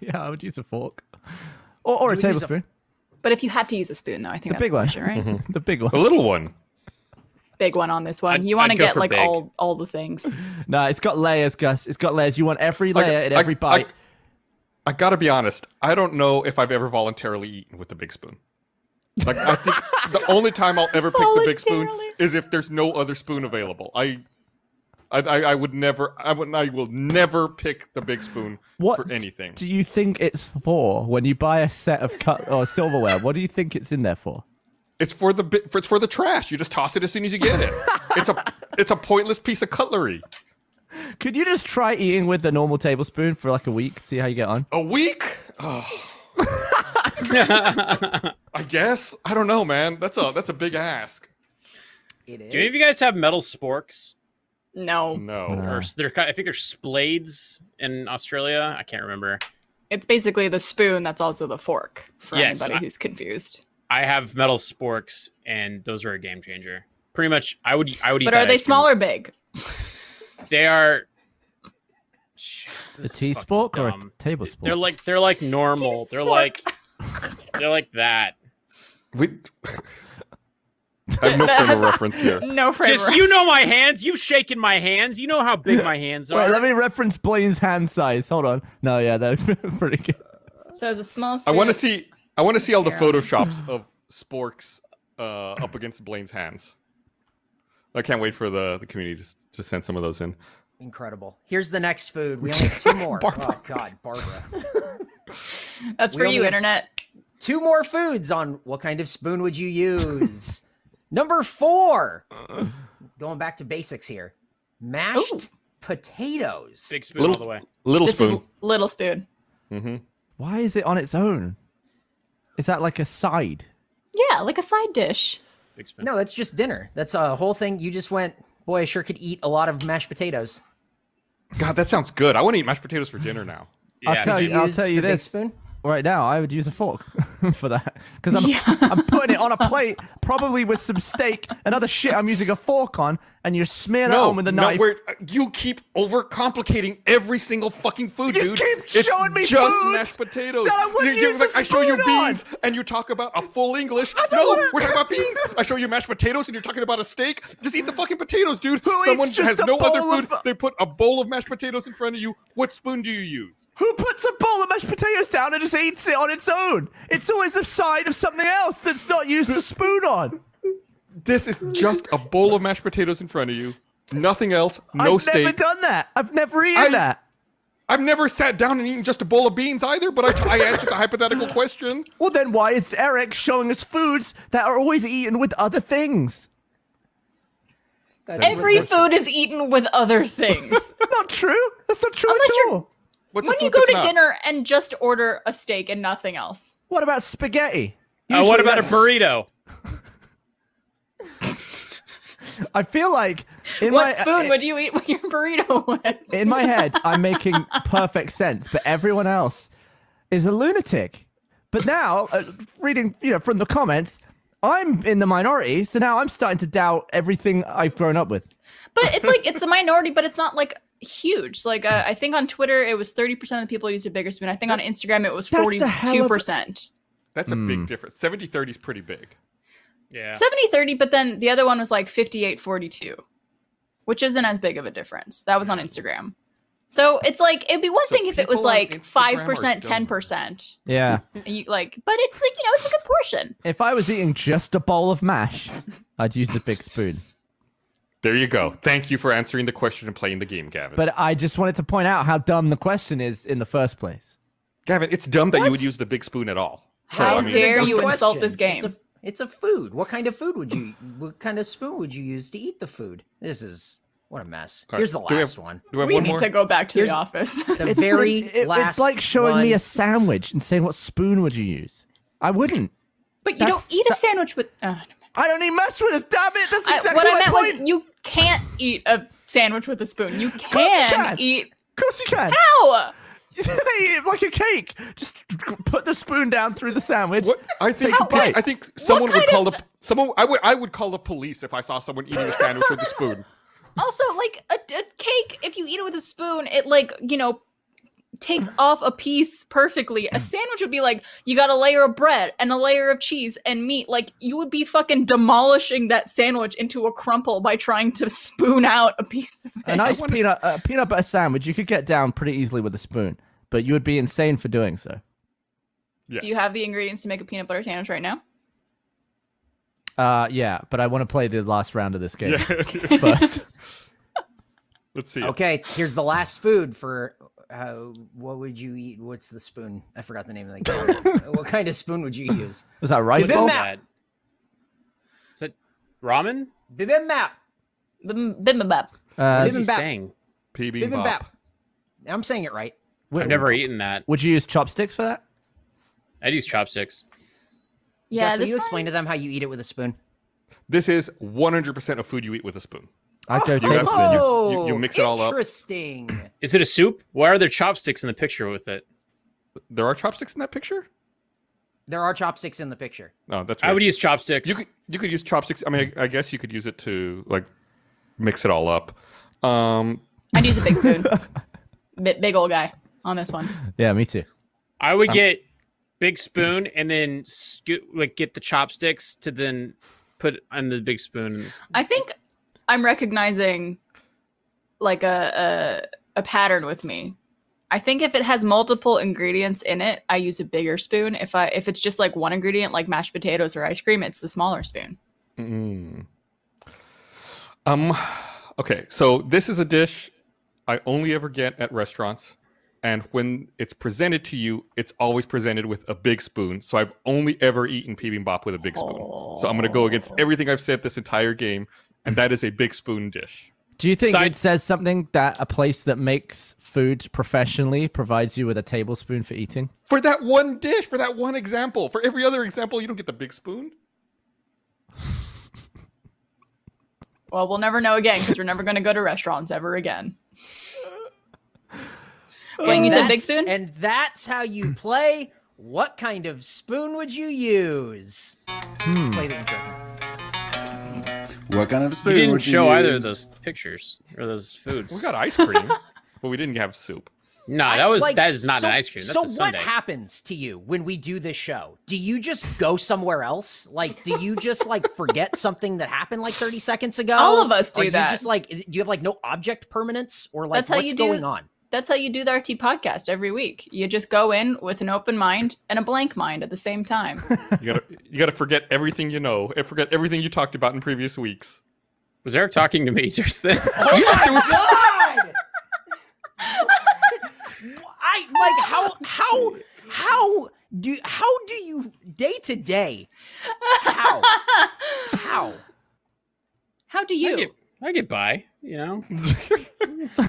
yeah, I would use a fork. Or, or a would use a- tablespoon. But if you had to use a spoon, though, I the think that's big the one. question, right? the big one. A little one. Big one on this one. I'd- you want to I'd go get for like big. all all the things. No, it's got layers, Gus. It's got layers. You want every I- layer in I- every I- bite. I gotta be honest. I don't know if I've ever voluntarily eaten with the big spoon. Like I think the only time I'll ever pick the big spoon Voluntarily? is if there's no other spoon available. I, I, I I would never. I would. I will never pick the big spoon What for anything. do you think it's for when you buy a set of cut or silverware? What do you think it's in there for? It's for the bi- for, it's for the trash. You just toss it as soon as you get it. it's a it's a pointless piece of cutlery. Could you just try eating with the normal tablespoon for like a week, see how you get on? A week? Ugh. I guess. I don't know, man. That's a that's a big ask. It is. do any of you guys have metal sporks No, No. Uh. or s- they're kind- I think they're splades in Australia. I can't remember. it's basically the spoon that's also the fork for Yes, anybody I- who's confused. I have metal sporks, and those are a game changer. Pretty much, I would I would. Eat But that are they ice cream. small or big? They are. A tea spork or a dumb. table spork? They're like they're like normal. They're like they're like that. We I have no frame of reference here. No frame. Just you know my hands. You've shaken my hands. You know how big my hands are. Wait, let me reference Blaine's hand size. Hold on. No, yeah, that's pretty good. So it's a small I spoon. want to see I want to see all the Yeah. photoshops of Sporks uh, up against Blaine's hands. I can't wait for the, the community to, s- to send some of those in. Incredible. Here's the next food. We only have two more. oh, God, Barbara. That's we for only you, have- internet. two more foods on what kind of spoon would you use? Number four. Going back to basics here. Mashed potatoes. Big spoon all the way. Little This spoon. is little spoon. Why is it on its own? Is that like a side? Yeah, like a side dish. Big spoon. No, that's just dinner. That's a whole thing. You just went, boy, I sure could eat a lot of mashed potatoes. God, that sounds good. I want to eat mashed potatoes for dinner now. I'll Yeah. tell Did you. I'll use tell you the big this. spoon? Right now, I would use a fork for that because I'm, Yeah. I'm putting it on a plate, probably with some steak and other shit. I'm using a fork on, and you smear that on with a no, knife. we're- you keep overcomplicating every single fucking food, You dude. keep It's showing me just foods mashed potatoes. that I wouldn't You- you- use like, a I show you spoon on. beans, and you talk about a full English. don't No, wanna- we're talking about beans. I show you mashed potatoes, and you're talking about a steak. Just eat the fucking potatoes, dude. Who eats Someone just has a no other bowl food. of- uh, They put a bowl of mashed potatoes in front of you. What spoon do you use? Who puts a bowl of mashed potatoes down and just eats it on its own? It's always a side of something else that's not used a spoon on. This is just a bowl of mashed potatoes in front of you. Nothing else. No I've steak. never done that. I've never eaten I- that. I've never sat down and eaten just a bowl of beans either, but I, I answered the hypothetical question. Well, then why is Eric showing us foods that are always eaten with other things? That is- Every that's- food is eaten with other things. That's not true. That's not true Unless at you're- all. What's a when you food go that's to not? dinner and just order a steak and nothing else. What about spaghetti? Uh, what Usually about a that's- burrito? I feel like in what my spoon in, would you eat with your burrito with? in my head I'm making perfect sense, but everyone else is a lunatic. But now, uh, reading you know from the comments, I'm in the minority, so now I'm starting to doubt everything I've grown up with. But it's like it's the minority, but it's not like huge. Like uh, I think on Twitter it was thirty percent of the people used a bigger spoon. I think on Instagram it was that's forty a hell two of a- percent. That's a big difference. 70 30 is pretty big. Yeah. 70 30, but then the other one was like 58 42, which isn't as big of a difference. That was on Instagram. So it's like it'd be one So thing if it was people on like Instagram five are percent, dumb. ten percent. Yeah. You like, but it's like you know, it's a good portion. If I was eating just a bowl of mash, I'd use the big spoon. There you go. Thank you for answering the question and playing the game, Gavin. But I just wanted to point out how dumb the question is in the first place. Gavin, it's dumb that you would use the big spoon at all. So, How I mean, dare that's you the insult this question. It's game. a, it's a food. What kind of food would you? What kind of spoon would you use to eat the food? This is what a mess. All right. Here's the Do we have- last one. Do we have We one need more? to go back to Here's- the office. The It's like- very it- last. It's like showing me one. a sandwich and saying, "What spoon would you use?" I wouldn't. but you don't That's- eat a sandwich with. Uh, I don't eat much with it. Damn it! That's I- exactly what I my meant point. was you can't eat a sandwich with a spoon. You you can, can. eat. Of course you can. Ow! I eat it like a cake. Just put the spoon down through the sandwich. What I think, Take a bite. I think someone would kind call the someone. I would I would call the police if I saw someone eating a sandwich with a spoon. Also, like a, a cake, if you eat it with a spoon, it like you know takes off a piece perfectly. Mm. A sandwich would be like you got a layer of bread and a layer of cheese and meat. Like you would be fucking demolishing that sandwich into a crumple by trying to spoon out a piece of it. A nice wanna s- peanut uh, peanut butter sandwich you could get down pretty easily with a spoon, but you would be insane for doing so. Yes. Do you have the ingredients to make a peanut butter sandwich right now? Uh, yeah, but I want to play the last round of this game Yeah. first. Let's see. Okay, here's the last food for uh, what would you eat? What's the spoon? I forgot the name of the game. what kind of spoon would you use? Was that Uh, a rice Been bowl? that- Bad. Is that ramen? Bibimbap. Bim- Bimbabap. What Uh, is he bibimbap. saying? PB Bibimbap. Bop. I'm saying it right. w- I've never eaten that. Would you use chopsticks for that? I'd use chopsticks. Yeah, Gus, will this you one- explain to them how you eat it with a spoon? This is 100% of food you eat with a spoon. I don't You take have- spoon. you- you- you mix it all up. Oh, Interesting. Is it a soup? Why are there chopsticks in the picture with it? There are chopsticks in that picture? There are chopsticks in the picture. No, that's I weird. would use chopsticks. You could you could use chopsticks. I mean, I, I guess you could use it to like mix it all up. Um, I'd use a big spoon. Big, big old guy on this one. Yeah, me too. I um, would get big spoon and then scoot, like get the chopsticks to then put on the big spoon. I think I'm recognizing like a, a a pattern with me. I think if it has multiple ingredients in it, I use a bigger spoon. If I if it's just like one ingredient, like mashed potatoes or ice cream, it's the smaller spoon. mm. um, okay. So this is a dish I only ever get at restaurants, and when it's presented to you, it's always presented with a big spoon. So I've only ever eaten bibimbap with a big spoon. So I'm gonna go against everything I've said this entire game, and that is a big spoon dish. Do you think Side- it says something that a place that makes food professionally provides you with a tablespoon for eating? For that one dish, for that one example, for every other example, you don't get the big spoon. Well, we'll never know again because we're never going to go to restaurants ever again. Wait, you said big That's- spoon? And that's how you play. What kind of spoon would you use? Hmm. Play the intro. What kind of You spoon didn't would you show use? either of those pictures or those foods. We got ice cream, but we didn't have soup. No, that was Like, that is not so- an ice cream. That's so a what sundae. happens to you when we do this show? Do you just go somewhere else? Like, do you just like forget something that happened like 30 seconds ago? All of us do Are you that. just like, do you have like no object permanence or like That's how what's you do- going on? That's how you do the RT podcast every week. You just go in with an open mind and a blank mind at the same time. You gotta you gotta forget everything you know and forget everything you talked about in previous weeks. Was Eric talking to me just then? yes, it was God! Like how how how do how do you day to day? How how? How do I you? get, I get by, you know.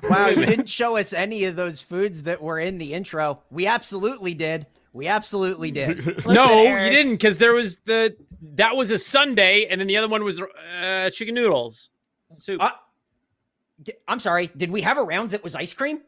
Wow, you didn't show us any of those foods that were in the intro. We absolutely did. We absolutely did. Listen, no, you Eric, didn't, because there was the that was a Sunday, and then the other one was uh, chicken noodles. Soup. Uh, D- I'm sorry. Did we have a round that was ice cream?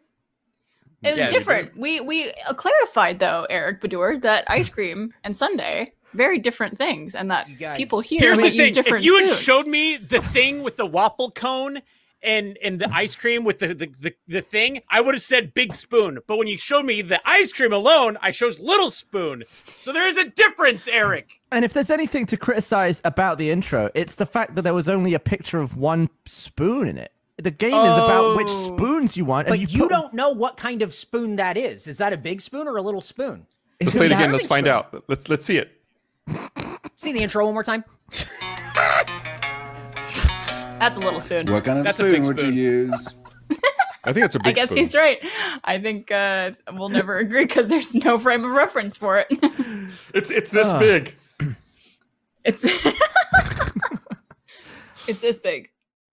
It was Yeah, we different. We we uh, clarified though, Eric Bedour, that ice cream and Sunday very different things, and that You guys- people here Here's the use thing: different. if you had spoons. showed me the thing with the waffle cone and and the ice cream with the the, the, the thing, I would have said big spoon. But when you showed me the ice cream alone, I chose little spoon. So there is a difference, Eric. And if there's anything to criticize about the intro, it's the fact that there was only a picture of one spoon in it. The game is about which Oh. spoons you want, But and you, you, put- don't know what kind of spoon that is. Is that a big spoon or a little spoon? Let's play it Yeah. again. Let's Serving find spoon. out. Let's let's see it. See the intro one more time. That's a little spoon. What kind of That's a spoon big would you spoon. use? I think that's a big I guess spoon. he's right. I think uh, we'll never agree because there's no frame of reference for it. It's it's this Ah. big. it's it's this big.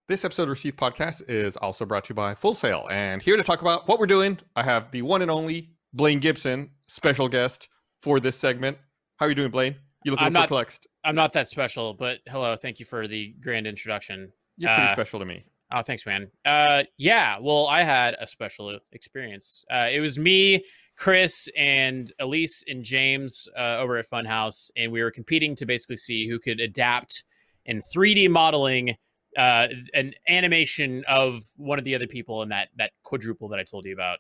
This episode of Receive Podcast is also brought to you by Full Sail. And here to talk about what we're doing, I have the one and only Blaine Gibson, special guest for this segment. How are you doing, Blaine? You look a I'm little not- perplexed. I'm not that special, but hello, thank you for the grand introduction. You're pretty uh, special to me. Oh, thanks, man. Uh, yeah. Well, I had a special experience. Uh, it was me, Chris, and Elise and James uh, over at Funhouse, and we were competing to basically see who could adapt in 3D modeling uh, an animation of one of the other people in that that quadruple that I told you about.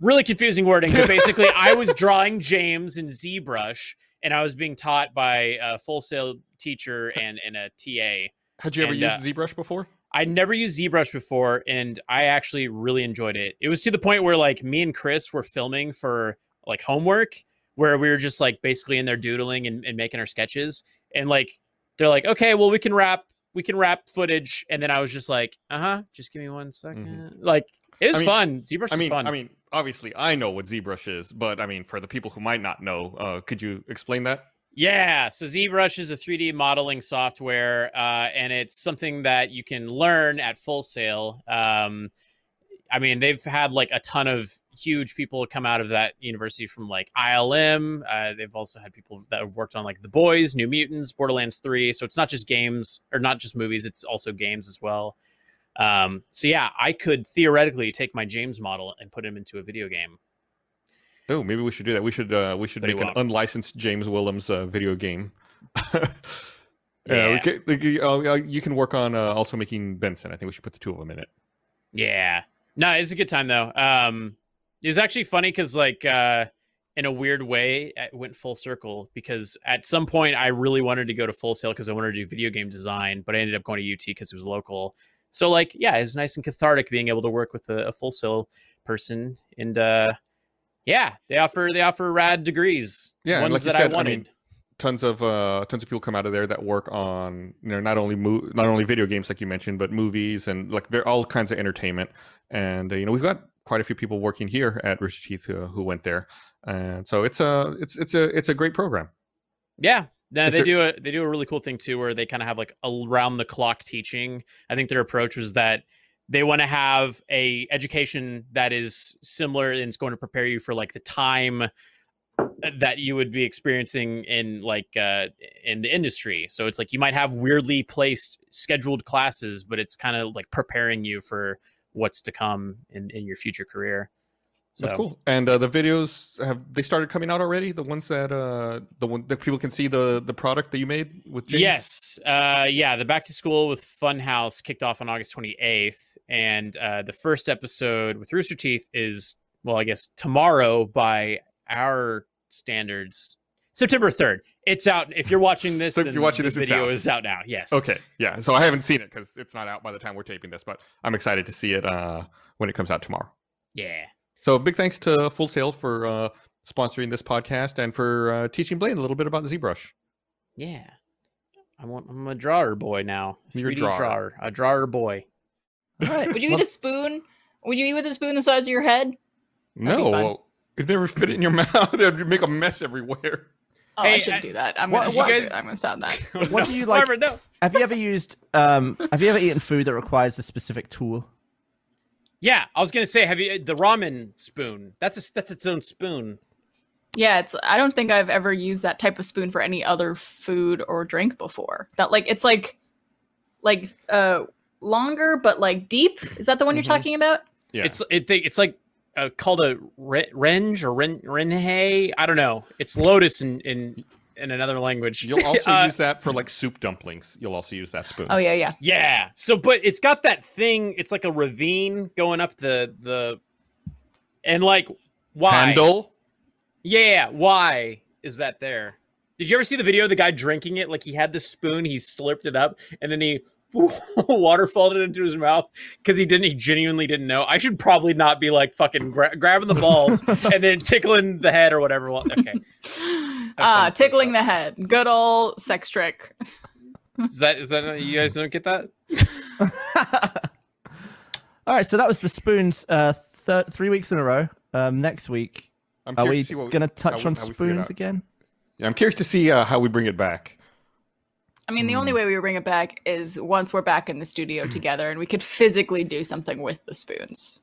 Really confusing wording, but basically, I was drawing James in ZBrush, and I was being taught by a full sale teacher and and a TA. Had you ever and, used uh, ZBrush before? I never used ZBrush before, and I actually really enjoyed it. It was to the point where like me and Chris were filming for like homework, where we were just like basically in there doodling and, and making our sketches, and like they're like, okay, well we can wrap we can wrap footage, and then I was just like, uh huh, just give me one second. Like it was mean- fun. ZBrush Mm-hmm. I mean, is fun. I mean, obviously, I know what ZBrush is, but I mean, for the people who might not know, uh, could you explain that? Yeah, so ZBrush is a 3D modeling software, uh, and it's something that you can learn at Full Sail. Um, I mean, they've had like a ton of huge people come out of that university from like ILM. Uh, they've also had people that have worked on like The Boys, New Mutants, Borderlands 3. So it's not just games or not just movies, it's also games as well. Um, so yeah, I could theoretically take my James model and put him into a video game. Oh, maybe we should do that. We should uh, we should Tell you make an what. unlicensed James Willems uh, video game. yeah, we Yeah. could- like, you- uh, you can work on uh, also making Benson. I think we should put the two of them in it. Yeah. No, it's a good time though. Um it was actually funny because like uh in a weird way it went full circle because at some point I really wanted to go to full sale because I wanted to do video game design, but I ended up going to UT because it was local. So like yeah, it was nice and cathartic being able to work with a, a full sale person and uh yeah, they offer they offer rad degrees. Yeah, and ones like you said, that I I mean, wanted. Tons of uh, tons of people come out of there that work on you know not only mo- not only video games like you mentioned, but movies and like there all kinds of entertainment. And uh, you know we've got quite a few people working here at Rooster Teeth who, who went there, and so it's a it's it's a it's a great program. Yeah. No, If they they're- do a they do a really cool thing too, where they kind of have like around the clock teaching. I think their approach was that they want to have a education that is similar and it's going to prepare you for like the time uh, that you would be experiencing in like uh in the industry. So it's like you might have weirdly placed scheduled classes, but it's kind of like preparing you for what's to come in in your future career. So That's cool. And uh, the videos have they started coming out already? The ones that uh the one that people can see the the product that you made with James. Yes. Uh, yeah. The back to school with Funhouse kicked off on August 28th. And uh, the first episode with Rooster Teeth is, well, I guess tomorrow by our standards, September 3rd. It's out. If you're watching this, So if then you're watching the this, it's video out. is out now. Yes. Okay. Yeah. So I haven't seen it because it's not out by the time we're taping this, but I'm excited to see it uh when it comes out tomorrow. Yeah. So big thanks to Full Sail for uh sponsoring this podcast and for uh, teaching Blaine a little bit about ZBrush. Yeah. I want, I'm a drawer boy now. A You're a 3D drawer. drawer. A drawer boy. All right, Would you well, eat a spoon? Would you eat with a spoon the size of your head? be fun. No, it never fit in your mouth. It'd make a mess everywhere. Oh, I Hey, should I- do that. I'm What- what- gonna stop you guys- it. I'm gonna stop that. Oh, What do you like- Barbara, no. Have you ever used? Um, have you ever eaten food that requires a specific tool? Yeah, I was gonna say, have you the ramen spoon? That's a, that's its own spoon. Yeah, it's I don't think I've ever used that type of spoon for any other food or drink before. That like it's like like uh longer but like deep. Is that the one you're Mhm. talking about? Yeah, It's it, thi- it's like uh, called a re- renge or ren, renhe. I don't know. It's lotus in in, in another language. you'll also Uh, use that for like soup dumplings. You'll also use that spoon. Oh yeah, yeah. Yeah. So, but it's got that thing. It's like a ravine going up the the, and like why? Handle. Yeah. Why is that there? Did you ever see the video of the guy drinking it? Like he had the spoon, he slurped it up, and then he waterfalled it into his mouth because he didn't. He genuinely didn't know. I should probably not be like fucking gra- grabbing the balls and then tickling the head or whatever. Well, Okay. Ah, fun, tickling Portia. the head. Good old sex trick. Is that is that you guys don't get that? All right, so that was the spoons. Uh, thir- three weeks in a row. Um, next week, I'm are curious we to see what gonna how touch we- on how we figure it spoons out. again? Yeah, I'm curious to see uh, how we bring it back. I mean, the only way we bring it back is once we're back in the studio together and we could physically do something with the spoons.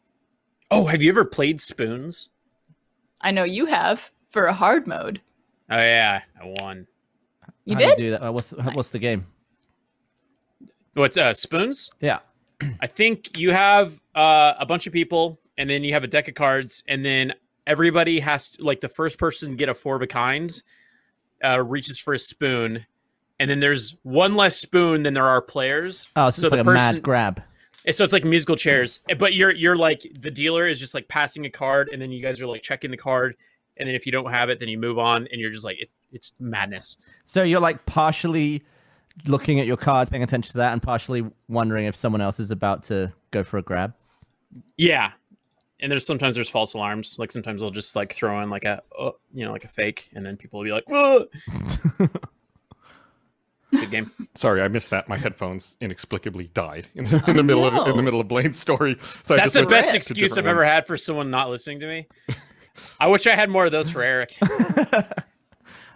Oh, have you ever played spoons? I know you have for a hard mode. Oh yeah, I won. You How do did? do that? Uh, what's what's the game? What's uh spoons? Yeah. I think you have uh, a bunch of people, and then you have a deck of cards, and then everybody has to like the first person to get a four of a kind uh, reaches for a spoon, and then there's one less spoon than there are players. Oh, so, So it's like the a person- mad grab. And so it's like musical chairs, eh, but you're you're like the dealer is just like passing a card, and then you guys are like checking the card, and then if you don't have it, then you move on, and you're just like it's it's madness. So you're like partially looking at your cards, paying attention to that, and partially wondering if someone else is about to go for a grab. Yeah. And there's sometimes there's false alarms. Like sometimes they'll just like throw in like a uh, you know like a fake, and then people will be like, "Ugh." "Good game." Sorry, I missed that. My headphones inexplicably died in Oh, the, in the middle of in the no. middle of Blaine's story. So I That's just the went best to excuse I've different ever ones. had for someone not listening to me. I wish I had more of those for Eric.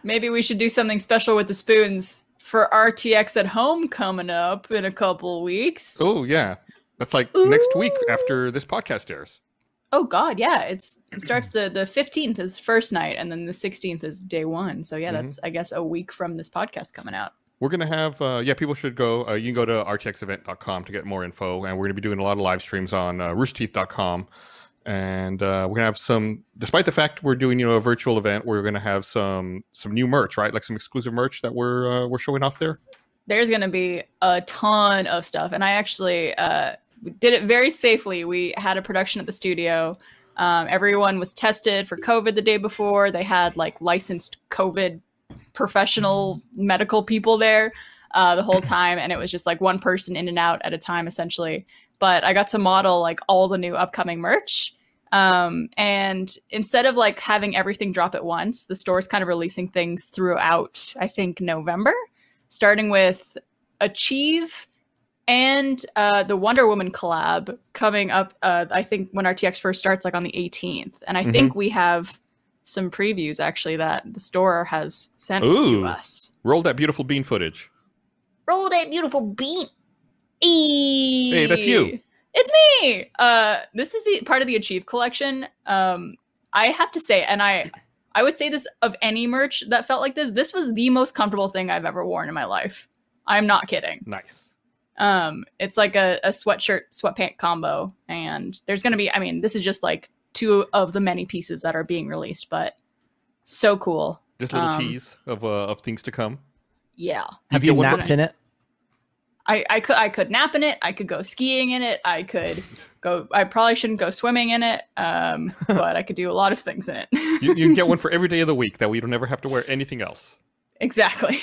Maybe we should do something special with the spoons for RTX at home coming up in a couple weeks. Oh yeah, that's like next week after this podcast airs. Oh God, yeah. It's it starts the the fifteenth is first night, and then the sixteenth is day one. So yeah, that's I guess a week from this podcast coming out. We're gonna have uh, yeah, people should go. Uh, you can go to rtxevent.com to get more info, and we're gonna be doing a lot of live streams on uh, roosterteeth.com. And uh, we're gonna have some, despite the fact we're doing you know a virtual event, we're gonna have some some new merch, right? Like some exclusive merch that we're uh, we're showing off there. There's gonna be a ton of stuff, and I actually uh, did it very safely. We had a production at the studio. Um, everyone was tested for COVID the day before. They had like licensed COVID professional medical people there uh, the whole time, and it was just like one person in and out at a time, essentially. But I got to model like all the new upcoming merch. Um, and instead of like having everything drop at once, the store's kind of releasing things throughout, I think, November, starting with Achieve and uh, the Wonder Woman collab coming up, uh, I think, when RTX first starts, like on the 18th. And I think we have some previews actually that the store has sent Ooh. to us. Roll that beautiful bean footage. Roll that beautiful beat. Hey, that's you. E. It's me. Uh, this is the part of the Achieve collection. Um, I have to say, and I, I would say this of any merch that felt like this. This was the most comfortable thing I've ever worn in my life. I'm not kidding. Nice. Um, it's like a, a sweatshirt sweatpant combo, and there's gonna be. I mean, this is just like two of the many pieces that are being released, but so cool. Just a little Um, tease of uh, of things to come. Yeah. Have get you one for- napped in it? I, I could I could nap in it. I could go skiing in it. I could go. I probably shouldn't go swimming in it. Um, but I could do a lot of things in it. You, you can get one for every day of the week. That way you don't ever have to wear anything else. exactly.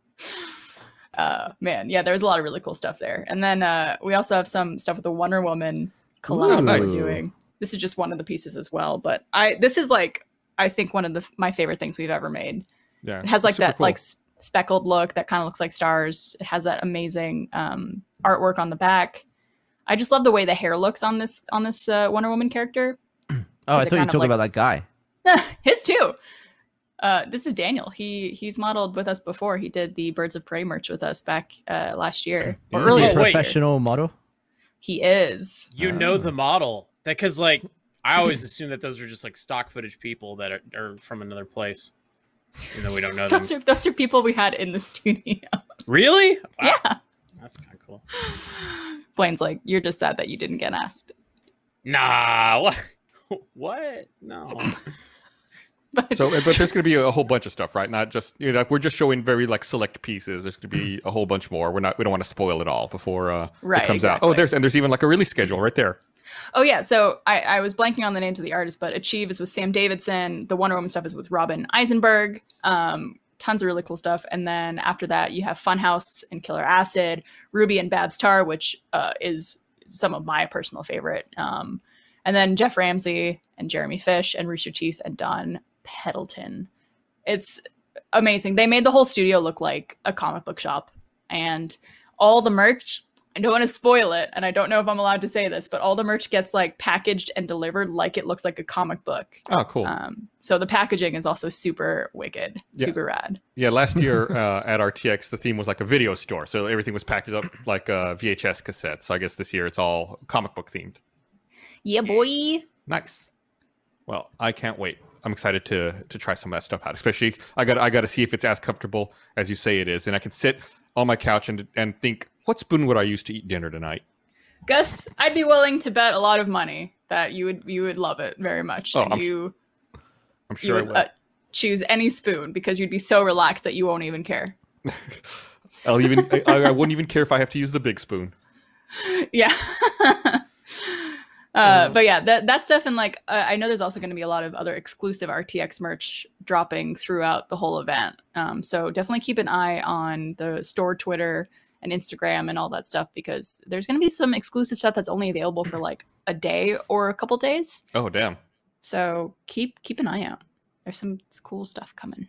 uh, man, yeah, there's a lot of really cool stuff there. And then uh, we also have some stuff with the Wonder Woman collab Ooh, that nice. we're doing. This is just one of the pieces as well. But I this is like I think one of the my favorite things we've ever made. Yeah, It has like super that cool. like s- speckled look that kind of looks like stars. It has that amazing um, artwork on the back. I just love the way the hair looks on this on this uh, Wonder Woman character. Oh, I Is it thought you were kind of talking like- about that guy. His too. Uh, this is Daniel. He he's modeled with us before. He did the Birds of Prey merch with us back uh, last year or Is he earlier. a this year. professional model? He is. You know the model that because like I always assume that those are just like stock footage people that are, are from another place, even though we don't um, know them. Those are those are people we had in the studio. Really? Wow, Yeah. that's kind of cool. Blaine's like, you're just sad that you didn't get asked. Nah, what? what? No. But So, but there's going to be a whole bunch of stuff, right? Not just you know, like we're just showing very like select pieces. There's going to be a whole bunch more. We're not, we don't want to spoil it all before uh, Mm-hmm. Right, it comes out. exactly. Oh, there's and there's even like a release schedule right there. oh yeah, so I, I was blanking on the names of the artists, but Achieve is with Sam Davidson. The Wonder Woman stuff is with Robin Eisenberg. Um, tons of really cool stuff. And then after that, you have Funhouse and Killer Acid, Ruby and Babs Tar, which uh, is some of my personal favorite. Um, and then Jeff Ramsey and Jeremy Fish and Rooster Teeth and Don Peddleton. It's amazing. They made the whole studio look like a comic book shop and all the merch. I don't want to spoil it, and I don't know if I'm allowed to say this, but all the merch gets like packaged and delivered like it looks like a comic book. Oh, cool. Um, so the packaging is also super wicked, Yeah. super rad. Yeah, last year uh, at RTX, the theme was like a video store, so everything was packaged up like uh, VHS cassettes. So I guess this year it's all comic book themed. Yeah, boy. Nice. Well, I can't wait. I'm excited to to try some of that stuff out. Especially, I got I got to see if it's as comfortable as you say it is, and I can sit on my couch and and think, what spoon would I use to eat dinner tonight? Gus, I'd be willing to bet a lot of money that you would you would love it very much. Oh, and I'm you I'm you sure I would will. uh, choose any spoon because you'd be so relaxed that you won't even care. I'll even I, I wouldn't even care if I have to use the big spoon. yeah. Uh, but yeah, that that stuff and like uh, I know there's also going to be a lot of other exclusive RTX merch dropping throughout the whole event. Um, so definitely keep an eye on the store Twitter and Instagram and all that stuff because there's going to be some exclusive stuff that's only available for like a day or a couple days. Oh damn! So keep keep an eye out. There's some cool stuff coming.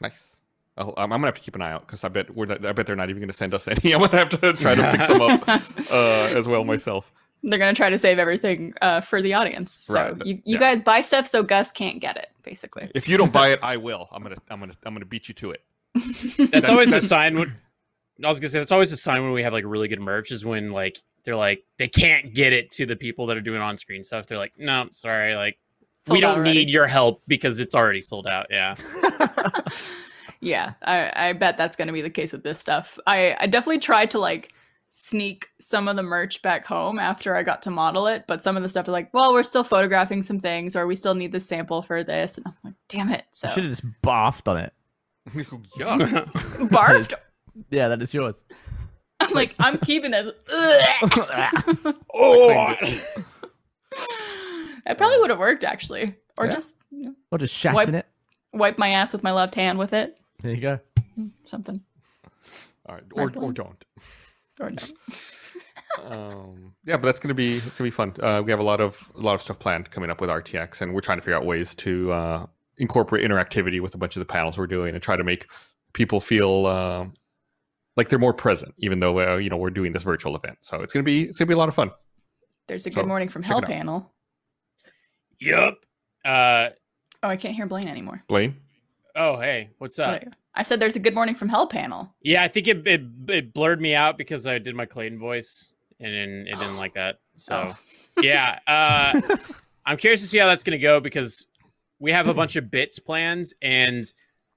Nice. Oh, I'm, I'm gonna have to keep an eye out because I bet we're not, I bet they're not even gonna send us any. I'm gonna have to try to pick some up uh, as well myself. They're gonna try to save everything uh, for the audience. So Right, you, you yeah. guys buy stuff so Gus can't get it, basically. If you don't buy it, I will. I'm gonna I'm gonna I'm gonna beat you to it. That's always a sign when I was gonna say that's always a sign when we have like really good merch is when like they're like they can't get it to the people that are doing on screen stuff. They're like, no, I'm sorry, like we Sold out don't already. need your help because it's already sold out. Yeah. Yeah, I, I bet that's going to be the case with this stuff. I, I definitely tried to like sneak some of the merch back home after I got to model it, but some of the stuff are like, well, we're still photographing some things, or we still need this sample for this, and I'm like, damn it! So I should have just barfed on it. Yuck. barfed. Yeah, that is yours. I'm like, I'm keeping this. Oh, It probably would have worked actually, or Yeah. just you know, Or just shat Wipe- in it. wipe my ass with my left hand with it, There you go. something. All right, or, or Purple. don't. Or no. Um, yeah, but that's gonna be it's gonna be fun. Uh, we have a lot of a lot of stuff planned coming up with RTX, and we're trying to figure out ways to uh, incorporate interactivity with a bunch of the panels we're doing, and try to make people feel uh, like they're more present, even though uh, you know we're doing this virtual event. So it's gonna be it's gonna be a lot of fun. There's a So, good morning from check hell it out. panel. Yup. Uh Oh, I can't hear Blaine anymore. Blaine, oh hey, what's up? There you go. I said there's a good morning from hell panel. Yeah, I think it, it it blurred me out because I did my Clayton voice and then it didn't like that. So yeah, uh, I'm curious to see how that's gonna go because we have a bunch of bits planned, and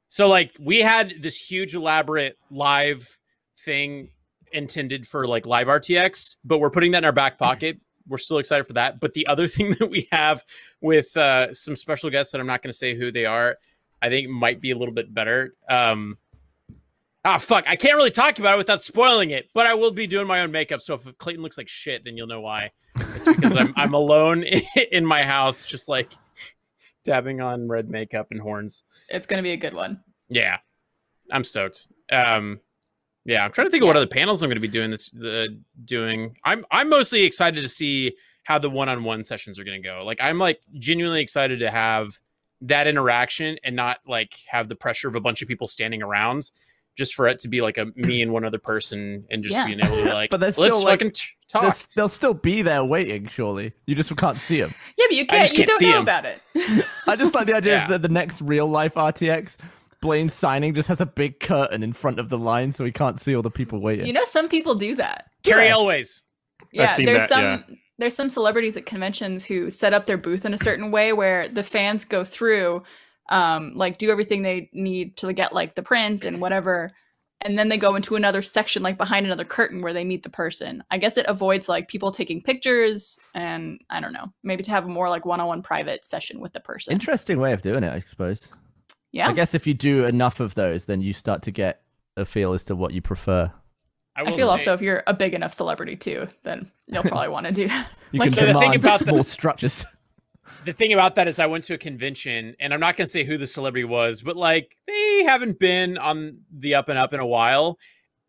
so like we had this huge elaborate live thing intended for like live RTX, but we're putting that in our back pocket. We're still excited for that. But the other thing that we have with uh, some special guests that I'm not gonna say who they are, I think might be a little bit better. Um, Ah, fuck. I can't really talk about it without spoiling it, but I will be doing my own makeup. So if Clayton looks like shit, then you'll know why. It's because I'm, I'm alone in my house, just like dabbing on red makeup and horns. It's gonna be a good one. Yeah. I'm stoked. Um, yeah, I'm trying to think of what other panels I'm going to be doing this the doing. I'm I'm mostly excited to see how the one-on-one sessions are going to go. Like I'm like genuinely excited to have that interaction and not like have the pressure of a bunch of people standing around just for it to be like a me and one other person and just Yeah. being able to like But that's let's still, like- fucking t- talk. They'll, they'll still be there waiting, surely. You just can't see them. Yeah, but you can't. just You can't don't see know him. about it. I just like the idea Yeah. of the, the next real life RTX. Blaine signing just has a big curtain in front of the line so he can't see all the people waiting. You know, some people do that. Carrie Elways. Yeah, seen there's that, some yeah. there's some celebrities at conventions who set up their booth in a certain way where the fans go through, um, like do everything they need to get like the print and whatever, and then they go into another section like behind another curtain where they meet the person. I guess it avoids like people taking pictures and I don't know, maybe to have a more like one-on-one private session with the person. Interesting way of doing it, I suppose. yeah, I guess if you do enough of those, then you start to get a feel as to what you prefer. I, will feel say- also if you're a big enough celebrity too, then you'll probably want to do that. You Like, can so the thing demand about the- small structures. the thing about that is I went to a convention and I'm not going to say who the celebrity was, but like they haven't been on the up and up in a while.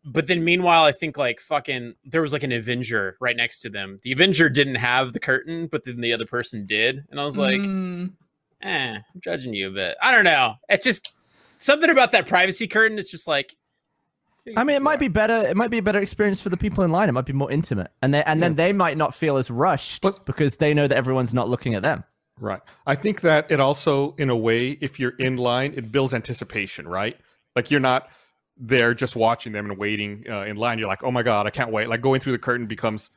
But then meanwhile, I think like fucking there was like an Avenger right next to them. The Avenger didn't have the curtain, but then the other person did. And I was like, Mm, eh, I'm judging you a bit. I don't know. It's just something about that privacy curtain. It's just like, I mean, it might be better. It might be a better experience for the people in line. It might be more intimate, and they and then they might not feel as rushed because they know that everyone's not looking at them. Right. I think that it also, in a way, if you're in line, it builds anticipation, right? Like you're not there just watching them and waiting uh, in line. You're like, oh my God, I can't wait. Like going through the curtain becomes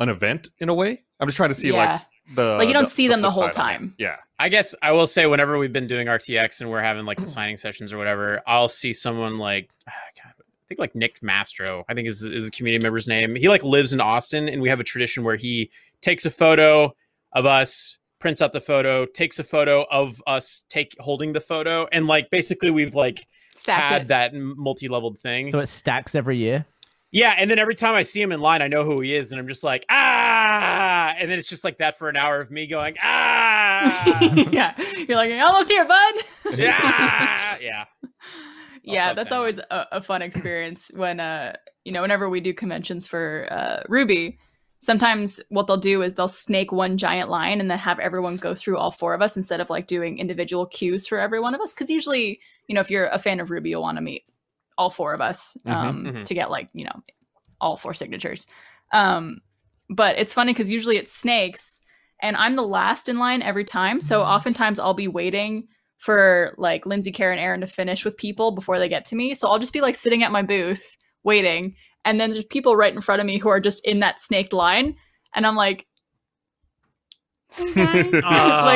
an event in a way. I'm just trying to see yeah, like uh, the. Like, you don't see them flip the side whole of it. time. Yeah. I guess I will say whenever we've been doing RTX and we're having like the signing sessions or whatever, I'll see someone like ah, God, I think like Nick Mastro, I think is is a community member's name. He like lives in Austin, and we have a tradition where he takes a photo of us, prints out the photo, takes a photo of us take holding the photo, and like basically we've like stacked had it. that multi leveled thing. So it stacks every year. Yeah, and then every time I see him in line, I know who he is, and I'm just like, ah, and then it's just like that for an hour of me going, ah, yeah, you're like "You're almost here, bud. yeah, yeah. yeah Also that's saying- always a, a fun experience when uh you know whenever we do conventions for uh ruby sometimes what they'll do is they'll snake one giant line and then have everyone go through all four of us instead of like doing individual queues for every one of us because usually you know if you're a fan of ruby you'll want to meet all four of us um mhm. to get like you know all four signatures um but it's funny because usually it's snakes and i'm the last in line every time so Mm-hmm. oftentimes i'll be waiting for like Lindsay, Karen, Aaron to finish with people before they get to me. So I'll just be like sitting at my booth waiting, and then there's people right in front of me who are just in that snaked line, and I'm like, "Hey, guys." like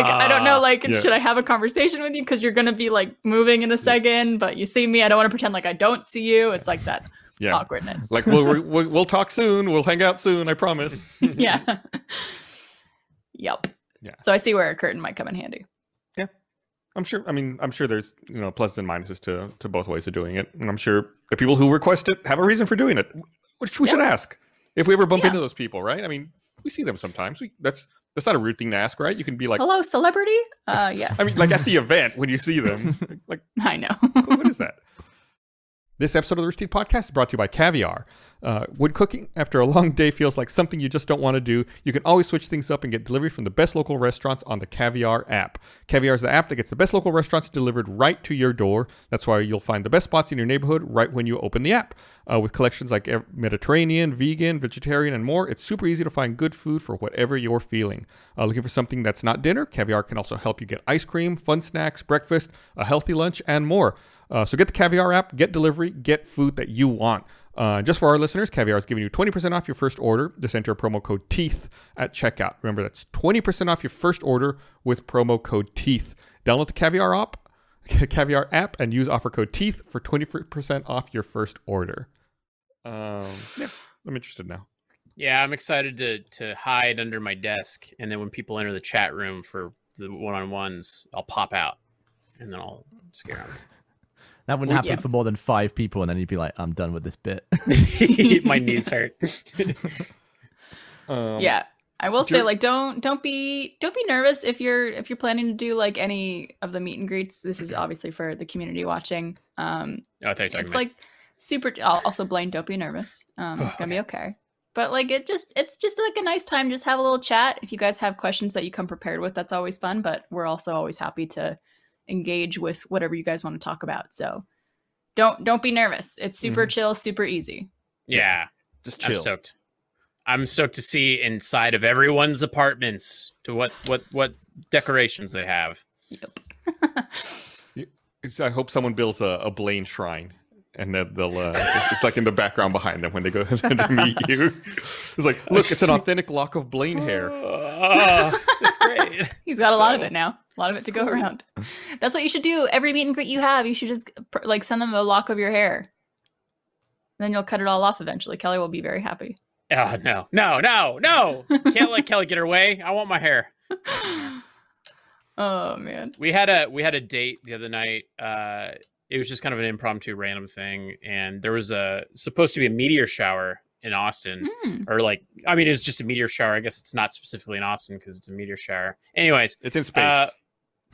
I don't know, like Yeah. should I have a conversation with you because you're gonna be like moving in a second, but you see me, I don't want to pretend like I don't see you. It's like that Yeah. awkwardness. like we'll, re- we'll we'll talk soon. We'll hang out soon. I promise. yeah. yep. Yeah. So I see where a curtain might come in handy. I'm sure. I mean, I'm sure there's you know pluses and minuses to to both ways of doing it, and I'm sure the people who request it have a reason for doing it, which we should ask if we ever bump Yeah. into those people, right? I mean, we see them sometimes. We that's that's not a rude thing to ask, right? You can be like, Hello, celebrity? Uh yes. I mean, like at the event when you see them, like I know. what what is that? This episode of the Rich Tea Podcast is brought to you by Caviar. Uh, when cooking after a long day feels like something you just don't want to do, you can always switch things up and get delivery from the best local restaurants on the Caviar app. Caviar is the app that gets the best local restaurants delivered right to your door. That's why you'll find the best spots in your neighborhood right when you open the app. Uh, with collections like ev- Mediterranean, vegan, vegetarian, and more, it's super easy to find good food for whatever you're feeling. Uh, looking for something that's not dinner? Caviar can also help you get ice cream, fun snacks, breakfast, a healthy lunch, and more. Uh, so get the Caviar app, get delivery, get food that you want. Uh, just for our listeners, Caviar is giving you 20% off your first order. Just enter promo code TEETH at checkout. Remember, that's 20% off your first order with promo code TEETH. Download the Caviar app, Caviar app and use offer code TEETH for 20% off your first order. Um, yeah, I'm interested now. Yeah, I'm excited to to hide under my desk, and then when people enter the chat room for the one on ones, I'll pop out, and then I'll scare That wouldn't happen yeah. for more than five people, and then you'd be like, "I'm done with this bit." them. my knees hurt. Um, yeah i will do you- say like don't don't be don't be nervous if you're if you're planning to do like any of the meet and greets this is obviously for the community watching um No, Oh, I thought you were talking it's about. Oh, like super I'll also blaine don't be nervous um it's gonna be okay but like it just it's just like a nice time just have a little chat if you guys have questions that you come prepared with that's always fun but we're also always happy to engage with whatever you guys want to talk about so Mm-hmm. don't don't be nervous it's super chill super easy yeah, Just I'm stoked. I'm stoked to see inside of everyone's apartments to what what what decorations they have. It's- I hope someone builds a, a Blaine shrine, and that they'll. Uh, it's- it's like in the background behind them when they go to meet you. It's like, look, it's an authentic lock of Blaine Uh, hair. Oh, it's great. He's got a lot of So- it now. A lot of it to go around. That's what you should do. Every meet and greet you have, you should just pr- like send them a lock of your hair. Then you'll cut it all off eventually. Kelly will be very happy. Oh no, no, no, no! Can't let Kelly get her way. I want my hair. oh man. We had a we had a date the other night. Uh, it was just kind of an impromptu, random thing, and there was a supposed to be a meteor shower in Austin. Mm. or like I mean, it's just a meteor shower. I guess it's not specifically in Austin because it's a meteor shower. Anyways, It's in space. Uh,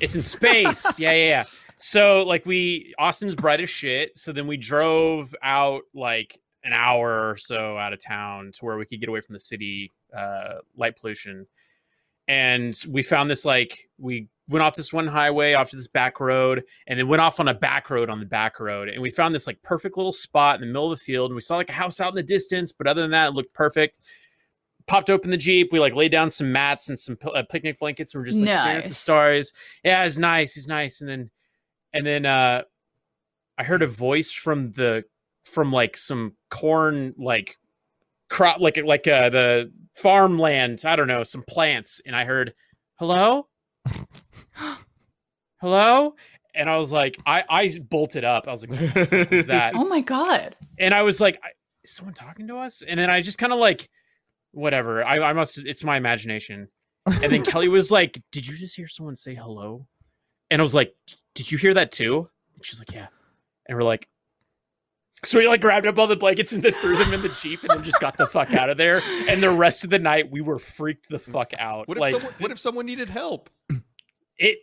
it's in space. yeah, yeah, yeah. So like we Austin's bright as shit. So then we drove out like an hour or so out of town to where we could get away from the city uh, light pollution, and we found this like we went off this one highway off to this back road and then went off on a back road on the back road and we found this like perfect little spot in the middle of the field and we saw like a house out in the distance but other than that it looked perfect popped open the jeep we like laid down some mats and some pil- uh, picnic blankets and we're just like staring at the Nice. stars yeah it's nice it's nice and then and then uh i heard a voice from the from like some corn like crop like like uh the farmland i don't know some plants and i heard hello hello and i was like i i bolted up i was like what the fuck was that Oh my god. and i was like I, is someone talking to us and then i just kind of like whatever i i must it's my imagination and then kelly was like did you just hear someone say hello and i was like did you hear that too and she's like yeah and we're like so we like grabbed up all the blankets and then threw them in the jeep and then just got the fuck out of there and the rest of the night we were freaked the fuck out what if like someone, what if someone needed help? it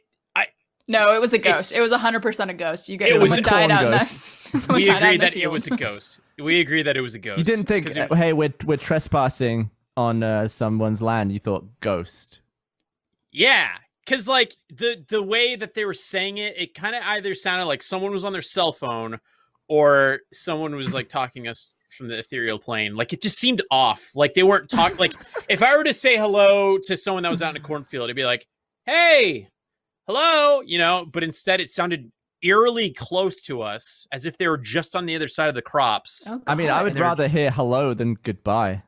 No, it was a It's- ghost. It was hundred percent a ghost. You guys, It was someone a died corn out. in that- someone we died out in agreed the that it field. was a ghost. We agreed that it was a ghost. You didn't think, 'Cause it- uh, hey, we're we're trespassing on uh, someone's land. You thought ghost. yeah, because like the the way that they were saying it, it kind of either sounded like someone was on their cell phone, or someone was like talking us from the ethereal plane. Like it just seemed off. Like they weren't talking. like if I were to say hello to someone that was out in a cornfield, it'd be like, "Hey, hello," you know. But instead, it sounded eerily close to us, as if they were just on the other side of the crops. Oh, I mean, I God. would they're- rather hear hello than goodbye.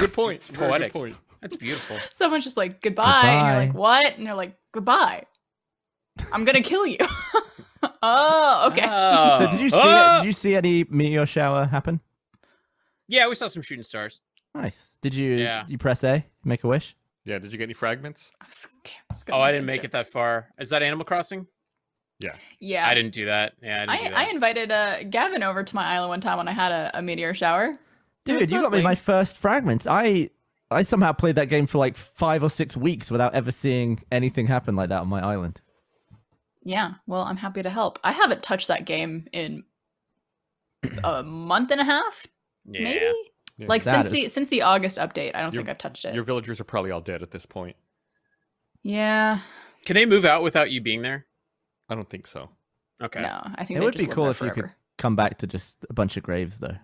Good point. It's Very good poetic. point. That's beautiful. Someone's just like goodbye, and you're like Goodbye. what? And they're like goodbye. I'm gonna kill you. oh, okay. Ah. So did you see? Oh! Did you see any meteor shower happen? Yeah, we saw some shooting stars. Nice. Did you? Yeah. You press A, make a wish. Yeah. Did you get any fragments? I was- damn, I was Oh, gonna I didn't a make joke. it that far. Is that Animal Crossing? Yeah, I didn't do that. Yeah, I didn't. I, do I that. invited uh, Gavin over to my island one time when I had a, a meteor shower. It was Dude, you got me lovely. my first fragments. I I somehow played that game for like five or six weeks without ever seeing anything happen like that on my island. Yeah, well, I'm happy to help. I haven't touched that game in a month and a half, Yeah. maybe. Yeah. Like That since the is- since the August update, I don't Your- think I've touched it. Your villagers are probably all dead at this point. Yeah, Can they move out without you being there? I don't think so. Okay. no, I think It they would just be live cool there if you could forever. come back to just a bunch of graves though.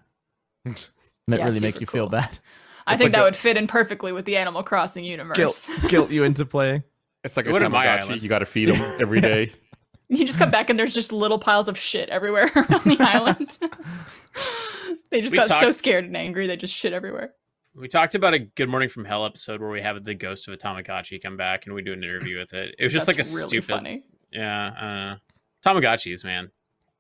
That Yeah, really super make you feel cool. bad. I It's think like that a- would fit in perfectly with the Animal Crossing universe. Guilt guilt you into playing. It's like It a wouldn't my Tamagotchi. island. You got to feed them every day. You just come back and there's just little piles of shit everywhere around the island. they just We got so talked- scared and angry they just shit everywhere. We talked about a Good Morning from Hell episode where we have the ghost of a Tamagotchi come back and we do an interview with it. It was just That's like a really stupid. funny. Yeah. Uh, Tamagotchis, man.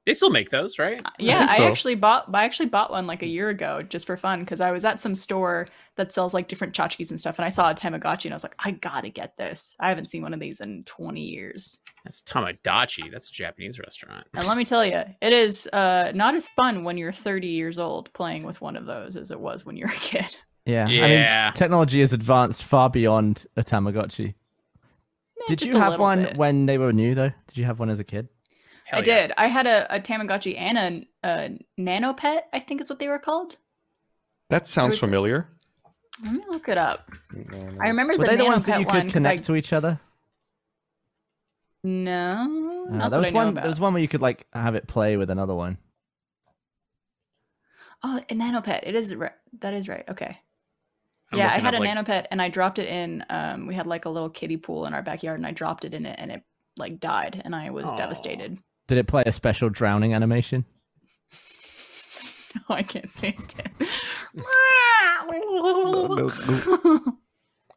They still make those, right? Yeah, think I, so. actually bought I actually bought one like a year ago just for fun because I was at some store that sells like different tchotchkes and stuff and I saw a Tamagotchi and I was like, I gotta get this. I haven't seen one of these in 20 years. That's Tamagotchi. That's a Japanese restaurant. And let me tell you, it is uh, not as fun when you're 30 years old playing with one of those as it was when you were a kid. Yeah. I Yeah. mean, technology has advanced far beyond a Tamagotchi. Eh, Did just you a have little one bit. when they were new though? Did you have one as a kid? Hell I yeah. did. I had a, a Tamagotchi and a, a nano pet, I think is what they were called. That sounds was- familiar. Let me look it up. No, I remember Were the they the nano ones that pet you one could 'cause connect I, to each other? No, Uh, there not that I was know one. about. There was one where you could like have it play with another one. Oh, a nanopet. It is right. That is right. Okay. I'm yeah, I looking had a up, like- nanopet and I dropped it in. Um, we had like a little kiddie pool in our backyard, and I dropped it in it, and it like died, and I was Aw. devastated. Did it play a special drowning animation? no, I can't say it. did.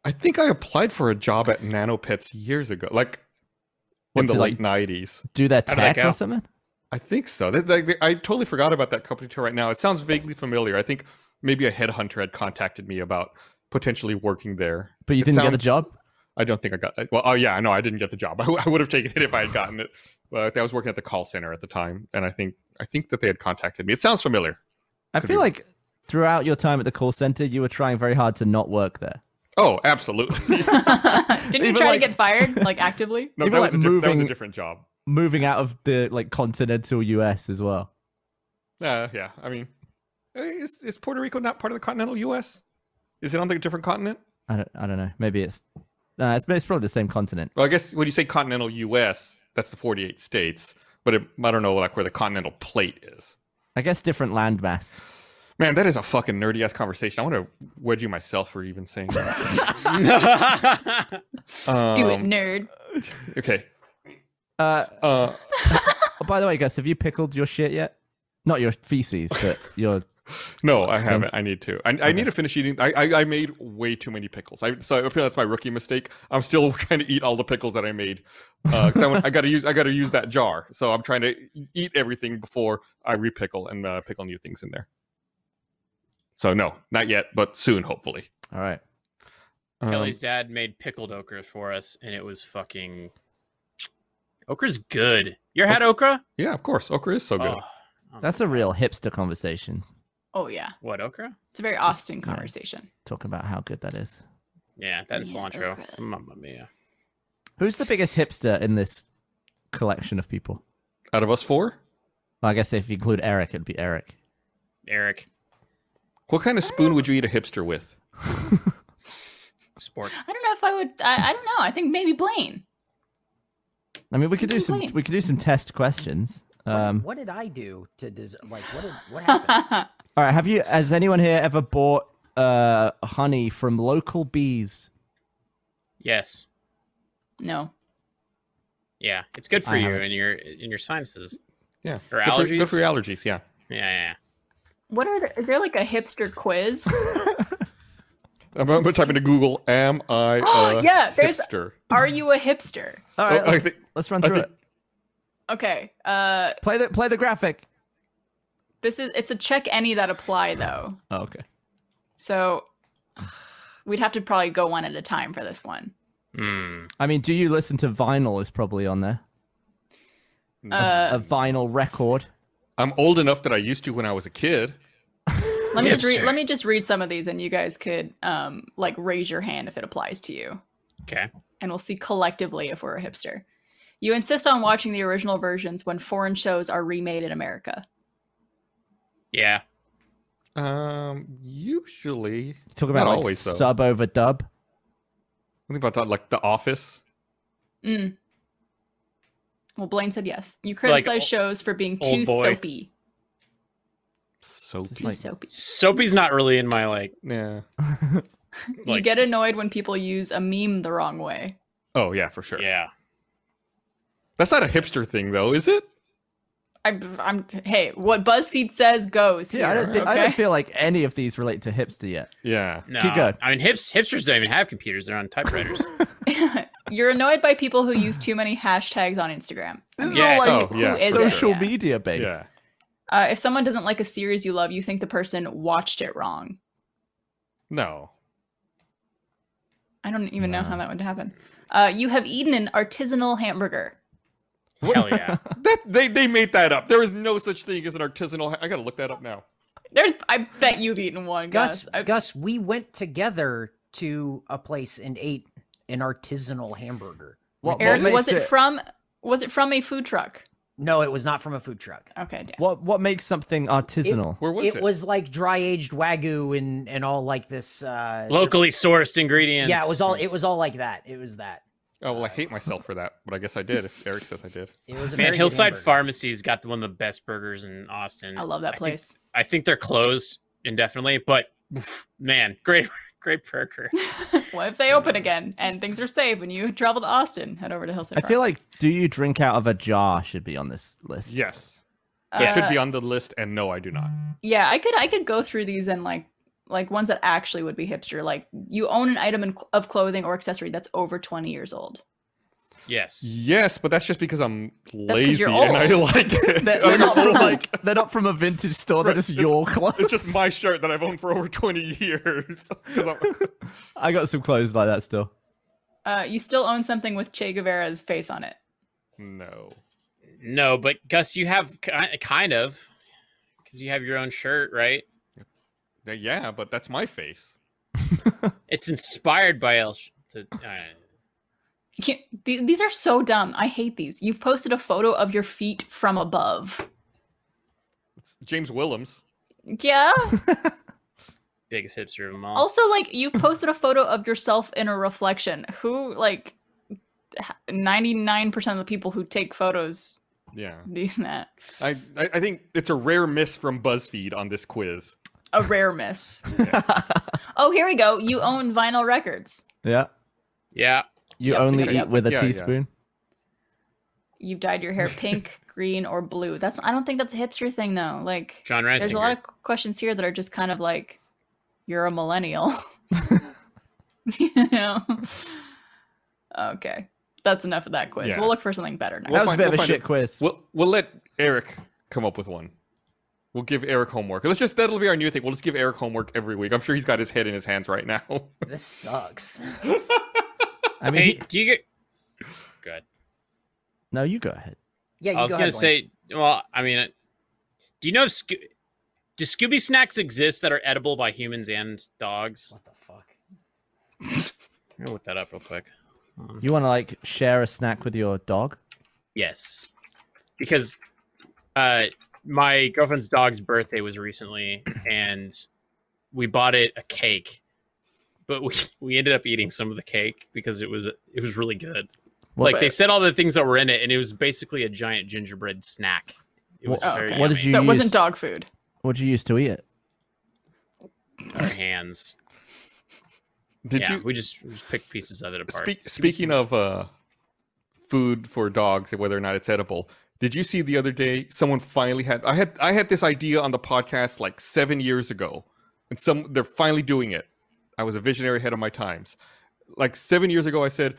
I think I applied for a job at Nanopets years ago, like in What, the to, late like, '90s. Do their How did that tech or go? something? I think so. They, they, they- I totally forgot about that company till right now. It sounds vaguely familiar. I think maybe a headhunter had contacted me about potentially working there. But you It didn't get the sound- job. I don't think I got. Well, oh yeah, no, I didn't get the job. I, would have taken it if I had gotten it. But I was working at the call center at the time, and I think I think that they had contacted me. It sounds familiar. I Could feel be. like throughout your time at the call center, you were trying very hard to not work there. Oh, absolutely. Didn't you Even try like- to get fired like actively? No, Even that, like was a diff- that was a moving- different job. Moving out of the like continental US as well. Uh, yeah, I mean, eh, is, is Puerto Rico not part of the continental U.S.? Is it on the different continent? I don't, I don't know. Maybe it's no, it's, it's probably the same continent. Well, I guess when you say continental U.S., that's the 48 states. But it, I don't know, like where the continental plate is. I guess different landmass. Man, that is a fucking nerdy ass conversation. I want to wedge you myself for even saying that. Do it, Um, nerd. Okay. Uh, Uh, oh, by the way, Gus, have you pickled your shit yet? Not your feces, but your. No, I Sounds- haven't. I need to. I, I need to finish eating. I, I I made way too many pickles. I so apparently that's my rookie mistake. I'm still trying to eat all the pickles that I made because I want I got to use I got to use that jar. So I'm trying to e- eat everything before I repickle and uh, pickle new things in there. So no, not yet, but soon, hopefully. All right. Um, Kelly's dad made pickled okra for us, and it was fucking. Okra's good. You ever had okra? yeah, of course, okra is so good. Oh, oh That's my a God. real hipster conversation. Oh yeah, What okra? it's a very Austin yeah. conversation. Talking about how good that is. Yeah, that is Yeah, cilantro. okra. Mamma mia. Who's the biggest hipster in this collection of people? Out of us four, Well, I guess if you include Eric, it'd be Eric. Eric, what kind of spoon would you eat a hipster with? sport. I don't know if I would. I, I don't know. I think maybe Blaine. I mean, we could do some. Complaint. We could do some test questions. Um, what did I do to des- like what did, what happened? I all right. Have you? Has anyone here ever bought uh, honey from local bees? Yes. no. Yeah, it's good for I you haven't. and your in your sinuses. Yeah, Or good For, good for allergies? your allergies. Yeah. Yeah, yeah. What are the, is there like a hipster quiz? I'm going to type into Google, am I a Yeah, there's- hipster? are you a hipster? All right. Oh, I let's, think- let's run I through think- it. Okay. Uh, Play the play the graphic. this is it's a check any that apply though. Oh, okay. So we'd have to probably go one at a time for this one. Mm. I mean, do you listen to vinyl? Is probably on there. Uh, A vinyl record. I'm old enough that I used to when I was a kid. let me just read. hipster. Let me just read some of these, and you guys could um like raise your hand if it applies to you. Okay. and we'll see collectively if we're a hipster. You insist on watching the original versions when foreign shows are remade in America. Yeah. Um, usually You talk about Not like always, though. sub over dub. I think about that, like The Office. Mm. Well, Blaine said yes. You criticize ol- shows for being oh, old too boy. soapy. So It's Too like- soapy. Soapy's not really in my like yeah. you like get annoyed when people use a meme the wrong way. Oh yeah, for sure. yeah. That's not a hipster thing though, is it? I, I'm hey, what BuzzFeed says goes. Yeah, I here, don't. Think, I okay? don't feel like any of these relate to hipster yet. Yeah. No. Keep going. I mean hips hipsters don't even have computers, they're on typewriters. You're annoyed by people who use too many hashtags on Instagram. This is Yes. all Oh, like yeah. Who is it? social Yeah. media based. Yeah. Uh, if someone doesn't like a series you love, you think the person watched it wrong. No. I don't even know how No. that would happen. Uh, you have eaten an artisanal hamburger. Hell yeah. That they they made that up. There is no such thing as an artisanal. ha- I gotta look that up now. There's, I bet you've eaten one, Gus. Gus I, Gus, we went together to a place and ate an artisanal hamburger. What, what Eric, makes was it, from? Was it from a food truck? No, it was not from a food truck. Okay. damn. What what makes something artisanal? Where was it? it was like dry aged wagyu and and all like this uh Locally sourced ingredients. yeah it was all it was all like that it was that Oh well, I hate myself for that, but I guess I did. If Eric says I did, It was a Man, very good Hillside hamburger. Pharmacy's got the- one of the best burgers in Austin. I love that think- place. I think they're closed indefinitely, but oof, man, great, great burger. what if they open again and things are safe and you travel to Austin? Head over to Hillside. I feel Farms. like "Do you drink out of a jar?" should be on this list. yes, Uh, it should be on the list. And no, I do not. Yeah, I could I could go through these and like like ones that actually would be hipster. Like you own an item in, of clothing or accessory that's over twenty years old. Yes. Yes, but that's just because I'm 'cause lazy you're and I old. like it. They're, they're not from like they're not from a vintage store. They're Right, just it's- your clothes. It's just my shirt that I've owned for over 20 years. 'Cause I'm- I got some clothes like that still. Uh, you still own something with Che Guevara's face on it. no. No, but Gus, you have ki- kind of because you have your own shirt, right? Uh, Yeah, but that's my face. It's inspired by Elsh. The, uh, You can't- the- these are so dumb. I hate these. You've posted a photo of your feet from above. It's James Willems. Yeah. biggest hipster of them all. also, like you've posted a photo of yourself in a reflection. Who like ninety nine percent of the people who take photos Yeah. do that. I, I, I think it's a rare miss from BuzzFeed on this quiz. A rare miss. oh, here we go. You own vinyl records. Yeah, yeah. you Yeah, only yeah, eat yeah. with a Yeah, yeah. teaspoon. You've dyed your hair pink, green, or blue. That's I don't think that's a hipster thing though. Like John Reisinger. there's a lot of qu- questions here that are just kind of like you're a millennial. you know. Okay. That's enough of that quiz. Yeah. We'll look for something better next. Oh, We'll that was find- a bit we'll of a find shit it. quiz. We'll, we'll let Eric come up with one. We'll give Eric homework. Let's just, that'll be our new thing. We'll just give Eric homework every week. I'm sure he's got his head in his hands right now. This sucks. I mean, Hey, he- do you get? Good. no, you go ahead. Yeah, you I was go gonna ahead, Blaine. say. Well, I mean, it- do you know? if Sco- do Scooby snacks exist that are edible by humans and dogs? What the fuck? I'm gonna look that up real quick. Um, You want to like share a snack with your dog? Yes, because uh, my girlfriend's dog's birthday was recently, and we bought it a cake, but we we ended up eating some of the cake because it was it was really good. What- like they said all the things that were in it, and it was basically a giant gingerbread snack. It was What- very okay. What did yummy. you so it wasn't use- dog food. What'd you use to eat it? Our hands. Did yeah, you? we just we just picked pieces of it apart. Speak, Just give me speaking some- of uh, food for dogs and whether or not it's edible, did you see the other day someone finally had I had I had this idea on the podcast like seven years ago, and some they're finally doing it. I was a visionary ahead of my times. Like seven years ago, I said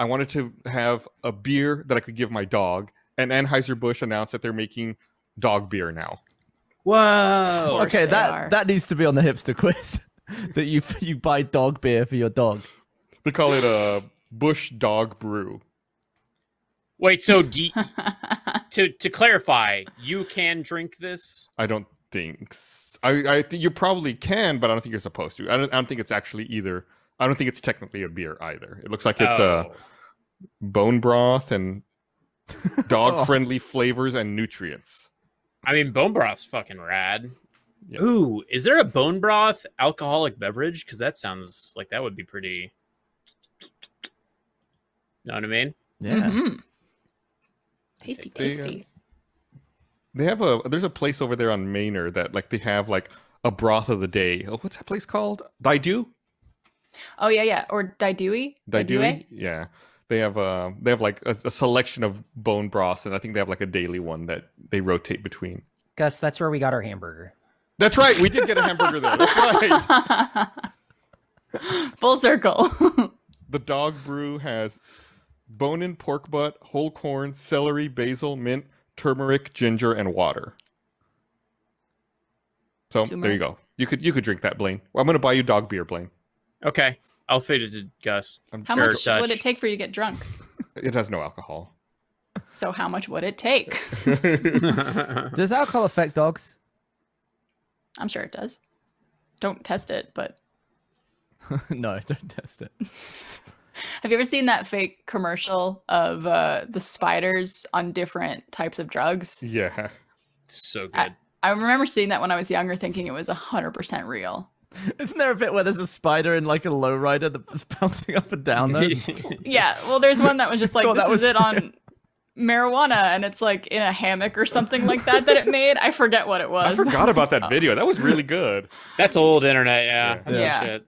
I wanted to have a beer that I could give my dog, and Anheuser Busch announced that they're making dog beer now. whoa, course Okay, they that are. that needs to be on the hipster quiz. that you you buy dog beer for your dog. They call it a Bush Dog Brew. wait. So do you- to to clarify, you can drink this. I don't think. s- I, I think you probably can, but I don't think you're supposed to. I don't, I don't think it's actually either. I don't think it's technically a beer either. It looks like it's Oh. a bone broth and Oh. dog-friendly flavors and nutrients. I mean, bone broth's fucking rad. Yeah. Ooh, is there a bone broth alcoholic beverage? Because that sounds like that would be pretty. Know what I mean? Yeah. Mhm. Tasty, They, uh, tasty. They have a there's a place over there on Manor that like they have like a broth of the day. Oh, what's that place called? Daidu. Oh yeah, yeah. Or Daidui. Daidui. Yeah, they have uh they have like a, a selection of bone broths, and I think they have like a daily one that they rotate between. Gus, that's where we got our hamburger. That's right. We did get a hamburger there. That's right. Full circle. The dog brew has bone in pork butt, whole corn, celery, basil, mint, turmeric, ginger, and water. So there you Turmeric. go. You could you could drink that, Blaine. Well, I'm gonna buy you dog beer, Blaine. Okay, I'll fade it to Gus. I'm, how Or much Dutch. would it take for you to get drunk? It has no alcohol. So how much would it take? Does alcohol affect dogs? I'm sure it does. Don't test it, but no, don't test it. have you ever seen that fake commercial of uh, the spiders on different types of drugs? Yeah. so I, good. I remember seeing that when I was younger, thinking it was 100% real. Isn't there a bit where there's a spider in like a lowrider that's bouncing up and down? Though? Yeah. Well, there's one that was just like, Thought this that is was it on marijuana, and it's like in a hammock or something like that that it made. I forget what it was. I forgot about that video. That was really good. That's old internet. Yeah. Yeah. That's old Yeah. shit.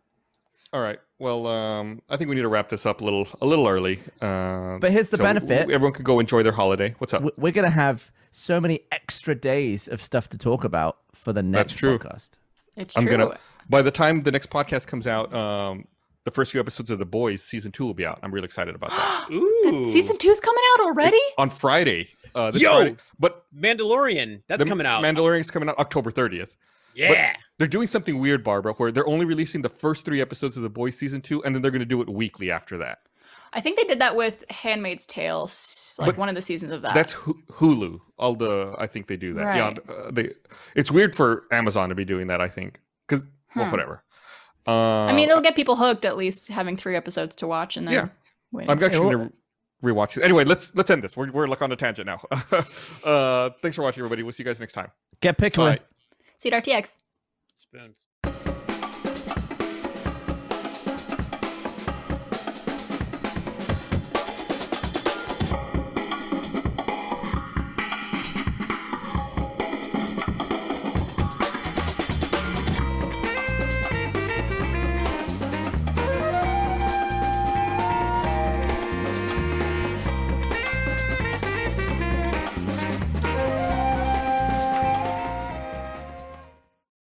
All right. Well, um, I think we need to wrap this up a little a little early. Uh, But here's the benefit. everyone could go enjoy their holiday. What's up? W- We're gonna have so many extra days of stuff to talk about for the next true. podcast. It's true. I'm gonna. By the time the next podcast comes out, um, the first few episodes of The Boys season two will be out. I'm really excited about that. Ooh. Season two's coming out already? on Friday. Uh, this Yo! Friday, but Mandalorian. That's the coming out. Mandalorian's coming out October 30th. yeah. They're doing something weird, Barbara, where they're only releasing the first three episodes of The Boys season two, and then they're going to do it weekly after that. I think they did that with Handmaid's Tale, s- like But one of the seasons of that. That's Hu- Hulu. All the I think they do that. Ah. Right. Yeah, uh, they. It's weird for Amazon to be doing that. I think because well, Huh. whatever. Uh, I mean, it'll get people hooked at least having three episodes to watch and then Yeah. waiting. I'm actually well- going to rewatch it. Anyway, let's let's end this. We're we're like on a tangent now. uh, thanks for watching, everybody. We'll see you guys next time. Get pickling. Bye. Seed RTX. Spoons.